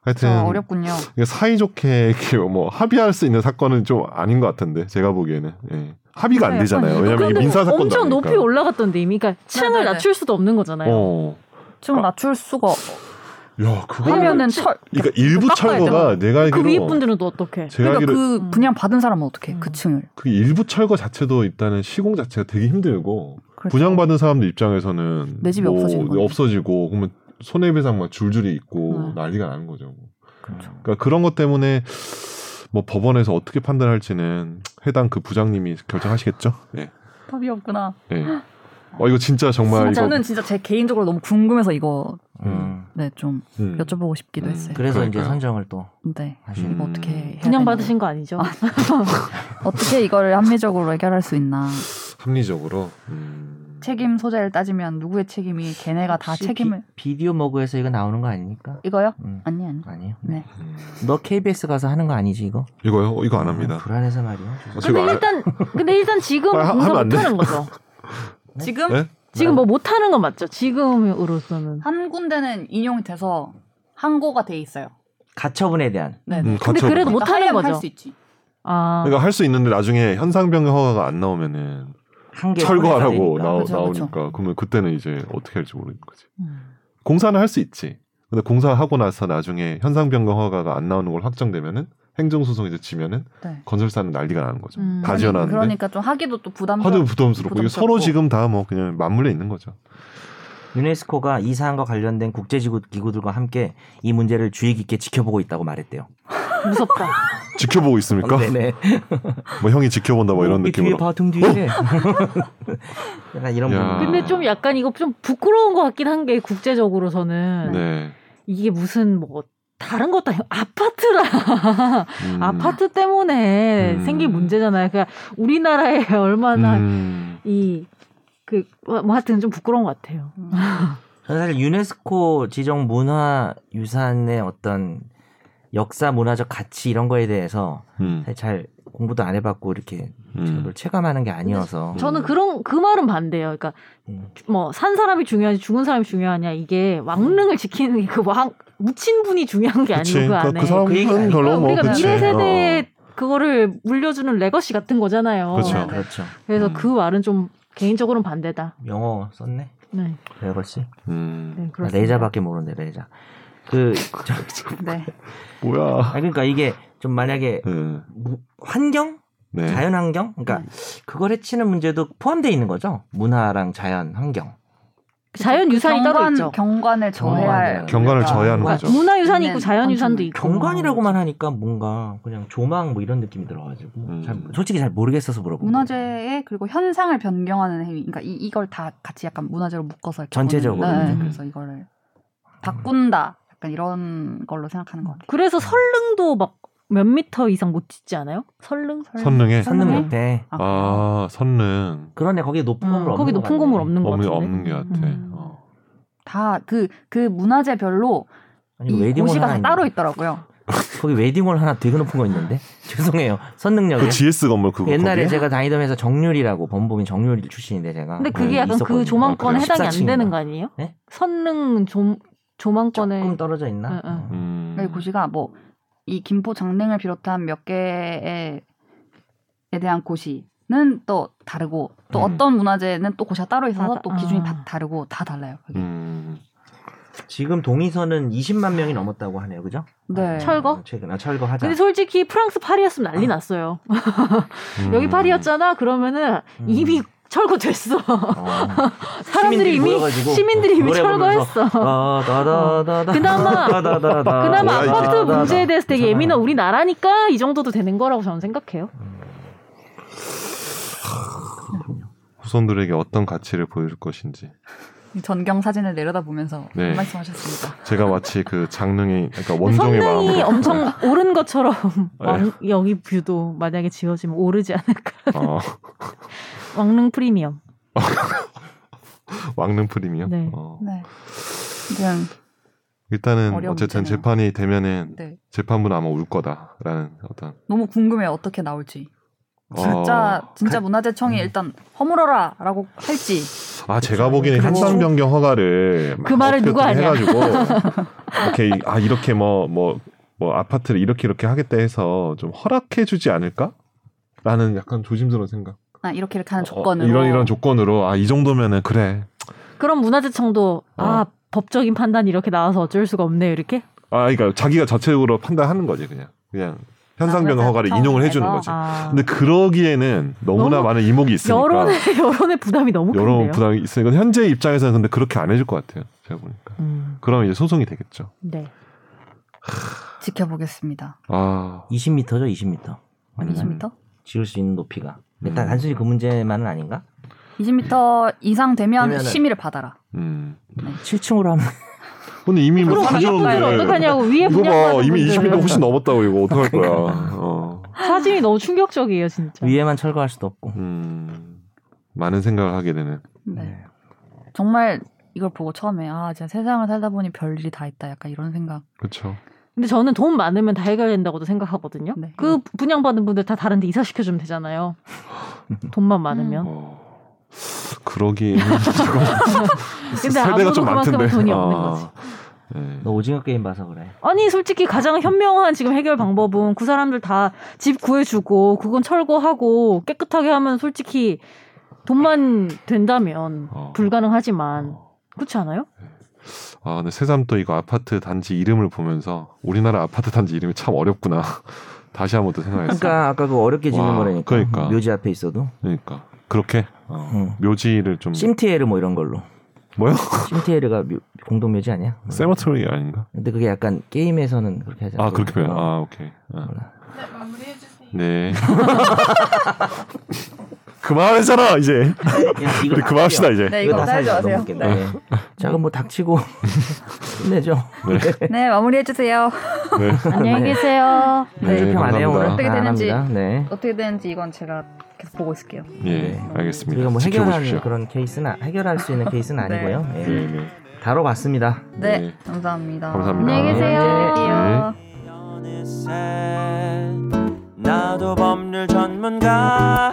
하여튼
저 어렵군요.
이게 사이좋게 이렇게 뭐 합의할 수 있는 사건은 좀 아닌 것 같은데 제가 보기에는 예. 합의가 안
네,
되잖아요.
약간
왜냐면 이게
그런데
민사 사건도
엄청
아니니까.
높이 올라갔던데 이미 그러니까 층을
네네네.
낮출 수도 없는 거잖아요.
어.
층을 낮출 수가
야 그거
하면은 철.
그러니까 일부
깎아야
철거가 내가
그
알기로
위에 분들은 또 어떻게?
제가
그러니까
알기로 그...
그 분양 받은 사람은 어떻게? 그
음.
층을.
일부 철거 자체도 일단은 시공 자체가 되게 힘들고
그렇죠.
분양받은 사람들 입장에서는 뭐
내 집이 없어지는 건데.
없어지고 그러면 손해배상만 줄줄이 있고
음.
난리가 나는 거죠.
그렇죠.
그러니까 그런 것 때문에 뭐 법원에서 어떻게 판단할지는 해당 그 부장님이 결정하시겠죠. 네.
답이 없구나.
네. 어 이거 진짜 정말 이거
저는 진짜 제 개인적으로 너무 궁금해서 이거
음.
네, 좀
음.
여쭤보고 싶기도
음.
했어요.
그래서 이제
그러니까요.
선정을 또
네.
하시는.
이거
음.
어떻게 해야
분양
되나.
받으신 거 아니죠?
어떻게 이거를 합리적으로 해결할 수 있나?
합리적으로 음.
책임 소재를 따지면 누구의 책임이 걔네가 다
혹시
책임을
비, 디오 머그에서 이거 나오는 거 아닙니까?
이거요?
음.
아니 아니.
아니요.
네.
음.
너 KBS 가서 하는 거 아니지 이거?
이거요? 어, 이거 안
아,
합니다.
불안해서 말이야. 죄송-
어, 지금
근데
안-
일단 근데 일단 지금
아, 하-
공사
하면 안 돼. [laughs]
못하는 거죠.
지금
네?
지금 뭐 못하는 건 맞죠? 지금으로서는
한 군데는 인용이 돼서 항고가 돼 있어요.
가처분에 대한.
네. 네.
음,
근데
거쳐보고.
그래도
그러니까
못하는
하려면
거죠.
할수 있지.
아
그러니까 할 수 있는데 나중에 현상 변경 허가가 안 나오면은
한개
철거하라고
그죠,
나오,
그죠.
나오니까 그러면 그때는 이제 어떻게 할지 모르는 거지.
음.
공사는 할 수 있지. 근데 근데 공사하고 나서 나중에 현상 변경 허가가 안 나오는 걸 확정되면은 행정소송에서 지면은
네.
건설사는 난리가 나는 거죠.
음.
다
아니,
지어놨는데
그러니까 좀 하기도 또 부담스럽고
하도 부담스럽고 이게 서로
부담스럽고.
지금 다 뭐 그냥 맞물려 있는 거죠.
유네스코가 이 사안과 관련된 국제지구 기구들과 함께 이 문제를 주의 깊게 지켜보고 있다고 말했대요. 어,
무섭다.
지켜보고 있습니까?
아, 네네. 어,
뭐 형이 지켜본다 그러니까? 뭐
어,
이런
이 뒤에
느낌으로. 어?
봐, 등 뒤에. [laughs] 약간 이런
야.
분.
근데 좀 약간 이거 좀 부끄러운 것 같긴 한 게 국제적으로서는
네.
이게 무슨 뭐 다른 것도 아니고 아파트라
음.
아파트 때문에
음.
생긴 문제잖아요. 그러니까 우리나라에 [laughs] 얼마나
음.
이 그, 뭐, 하여튼 좀 부끄러운 것 같아요.
음.
저는 사실 유네스코 지정 문화 유산의 어떤 역사 문화적 가치 이런 거에 대해서
음.
네,
사실 잘 공부도 안 해봤고 이렇게
음.
별 체감하는 게 아니어서.
저는 그런, 그 말은 반대예요. 그러니까,
음.
뭐, 산 사람이 중요하지, 죽은 사람이 중요하냐, 이게 왕릉을 지키는 게 그 왕, 묻힌 분이 중요한 게
그치.
아니고, 그
그러니까
안에.
그 사람은
그 얘기 아니에요.
별로 뭐
우리가
그치.
미래 세대에
어.
그거를 물려주는 레거시 같은 거잖아요.
그렇죠.
그렇죠.
래서
음.
그 말은 좀 개인적으로는 반대다. 영어.
영어 썼네.
네,
레거 씨.
음.
네
나
그렇습니다.
레이자밖에 모르는데 레이자. 그
[laughs]
저-
네.
뭐야.
아니, 그러니까 이게 좀 만약에
네.
무- 환경,
네.
자연 환경, 그러니까 그걸 해치는 문제도 포함되어 있는 거죠. 문화랑 자연 환경.
자연 유산이 따로 있죠.
그 경관을 저해할
경관을
경관을
우리가
아, 뭐
저해하는
뭔가
거죠.
문화 유산이
있는
있고 자연 유산도 있고. 아, 그렇죠.
경관이라고만 하니까 뭔가 그냥 조망 뭐 이런 느낌이 들어가지고
음.
잘, 솔직히 잘 모르겠어서 물어본 거예요.
문화재의 그리고 현상을 변경하는 행위. 그러니까 이, 이걸 다 같이 약간 문화재로 묶어서 이렇게
전체적으로.
보는, 네,
음.
그래서 이거를 바꾼다. 약간 이런 걸로 생각하는 것 같아요.
그래서 설릉도 막 몇 미터 이상 못 짓지 않아요? 설릉?
선릉에
선릉
선릉에?
옆에
아 선릉
그러네 거기 높은
음,
건물 없는
거기
것
높은
같네.
건물 없는 것
없는
같은데.
없는 게 같아.
음.
어.
다 그 그 문화재별로
아니,
이
웨딩홀
고시가
하나
다
있는데.
따로 있더라고요.
거기 웨딩홀 하나 되게 높은 거 있는데 죄송해요 선릉역에
네.
그 GS 건물 그거
옛날에
거기야?
제가 다니던 회사 정률이라고 범범이 정률 출신인데 제가
근데 그게
네,
약간
있었거든요.
그 조망권에
아, 그래요?
해당이 안 되는
14층인가?
거 아니에요?
네?
선릉 조, 조망권에
조금 떨어져 있나?
응, 응.
음.
음.
이 고시가 뭐 이 김포 장릉을 비롯한 몇 개에 에 대한 고시는 또 다르고 또
음.
어떤 문화재는 또 고시가 따로 있어서
다-
또 기준이
아.
다 다르고 다 달라요. 그게.
음.
지금 동의선은 20만 명이 넘었다고 하네요, 그죠?
네.
철거?
최근 아 철거 하자. 아.
근데 솔직히 프랑스 파리였으면 난리 났어요.
음.
여기 파리였잖아. 그러면은
음.
이미 철거됐어.
어.
사람들이 이미
모여가지고
시민들이 이미
노래 부르면서
철거했어.
따다다다다.
그나마-
따다다다다.
그나마
뭐야, 이게.
아파트
따다다다.
문제에 대해서 되게
네, 괜찮아요. 네,
예민한 우리나라니까 이 정도도 되는 거라고 저는 생각해요.
후손들에게 어떤 가치를 보여줄 것인지
전경 사진을 내려다보면서
네.
그 말씀하셨습니다.
제가 마치 그 장릉의 그러니까 원종의
성능이
마음으로
엄청 오른 것처럼
네.
왕- 여기 뷰도 만약에 지어지면 오르지 않을까.
[laughs]
[laughs]
어,
왕릉 프리미엄.
왕릉 프리미엄.
네.
어.
네. 지금
일단은
어려운
어쨌든
문제네요.
재판이 되면은
네.
재판부는 아마 울 거다라는 어떤
너무 궁금해요. 어떻게 나올지. 진짜
어,
진짜 문화재청이 일단 허물어라라고 할지
아 제가 보기에는
그리고-
현상 변경 허가를 막
그 말을
어떻게
누가 하냐.
해가지고
[laughs]
이렇게 이- 아 이렇게 뭐 뭐 뭐 아파트를 이렇게 이렇게 하겠다 해서 좀 허락해주지 않을까? 라는 약간 조심스러운 생각.
아 이렇게 이렇게 하는
어,
조건으로
이런 이런 조건으로 아 이 정도면은 그래.
그럼 문화재청도
어.
아 법적인 판단이 이렇게 나와서 어쩔 수가 없네요 이렇게.
아 그러니까 자기가 자체적으로 판단하는 거지 그냥 그냥 현상
아,
변경 허가를
그래서
인용을 해주는
처음에서-
거지.
아,
근데 그러기에는 너무나
너무
많은 이목이 있으니까
여론의 [laughs] 여론의 부담이 너무
여러
큰데요.
부담이 있으니까 현재 입장에서는 근데 그렇게 안 해줄 것 같아요. 제가 보니까.
음,
그럼 이제 소송이 되겠죠.
네.
지켜보겠습니다.
아
20m죠, 20m.
한 20m?
지을 수 있는 높이가. 일단
음.
단순히 그 문제만은 아닌가?
20m 이상 되면
되면은-
심의를 받아라.
음.
7층으로 하면
근데 이미 뭐
그럼
사주는데
분양가를 어떡하냐고 위에
이거 봐
분양가는
이미
분들은 그러니까.
20m 훨씬 넘었다고 이거 어떡할 거야. 어.
사진이 너무 충격적이에요 진짜.
위에만 철거할 수도 없고.
음. 많은 생각을 하게 되는.
네. 정말 이걸 보고 처음에 아 진짜 세상을 살다 보니 별 일이 다 있다 약간 이런 생각.
그렇죠.
근데 저는 돈 많으면 다 해결된다고도 생각하거든요.
네.
그 분양받은 분들 다 다른데 이사
[laughs]
시켜주면 되잖아요. 돈만 많으면.
어. 그러기에는 조금
근데
[laughs] 세대가 좀
아무도 그만큼
많던데.
돈이 없는 거지.
네.
너 오징어 게임 봐서 그래.
아니 솔직히 가장 현명한 지금 해결 방법은 그 사람들 다 집 구해주고 그건 철거하고 깨끗하게 하면 솔직히 돈만 된다면
어.
[laughs]
불가능하지만 그렇지 않아요?
아, 근데 새삼 또 이거 아파트 단지 이름을 보면서 우리나라 아파트 단지 이름이 참 어렵구나. [laughs] 다시 한 번 더 생각했어요.
그러니까 아까 그 어렵게 짓는
와,
거라니까.
그러니까.
묘지 앞에 있어도
그러니까 그렇게 어,
음.
묘지를 좀
심티에르 뭐 이런 걸로.
뭐요?
심티에르가 묘- 공동 묘지 아니야?
세마토리 아닌가?
근데 그게 약간 게임에서는 그렇게 하잖아.
아 그렇게 표현. 아 오케이. 아, 네. [laughs] 그만하잖아 이제. 우리 그만합시다 이제.
네, 이거 따지 마세요.
네. 아, 자 그럼 뭐
[laughs]
닥치고 힘내죠.
네.
네, 마무리해주세요.
네.
안녕히 계세요.
네,
평안 해요 오늘.
어떻게
아, 안
되는지.
합니다. 네.
어떻게 되는지 이건 제가 계속 보고 있을게요.
예,
우리가
알겠습니다.
뭐 해결하는
지켜보십시오.
그런 케이스나 해결할 수 있는 케이스는
네.
아니고요. 예.
네, 네.
다뤄봤습니다.
네,
네.
감사합니다. 네.
감사합니다.
안녕히 계세요.
안녕히 계세요.
어느새 나도 법률 전문가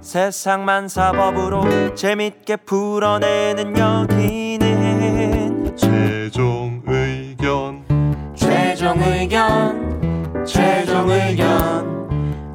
세상만 사법으로 재밌게 풀어내는 여기는
최종 의견.
최종 의견 최종 의견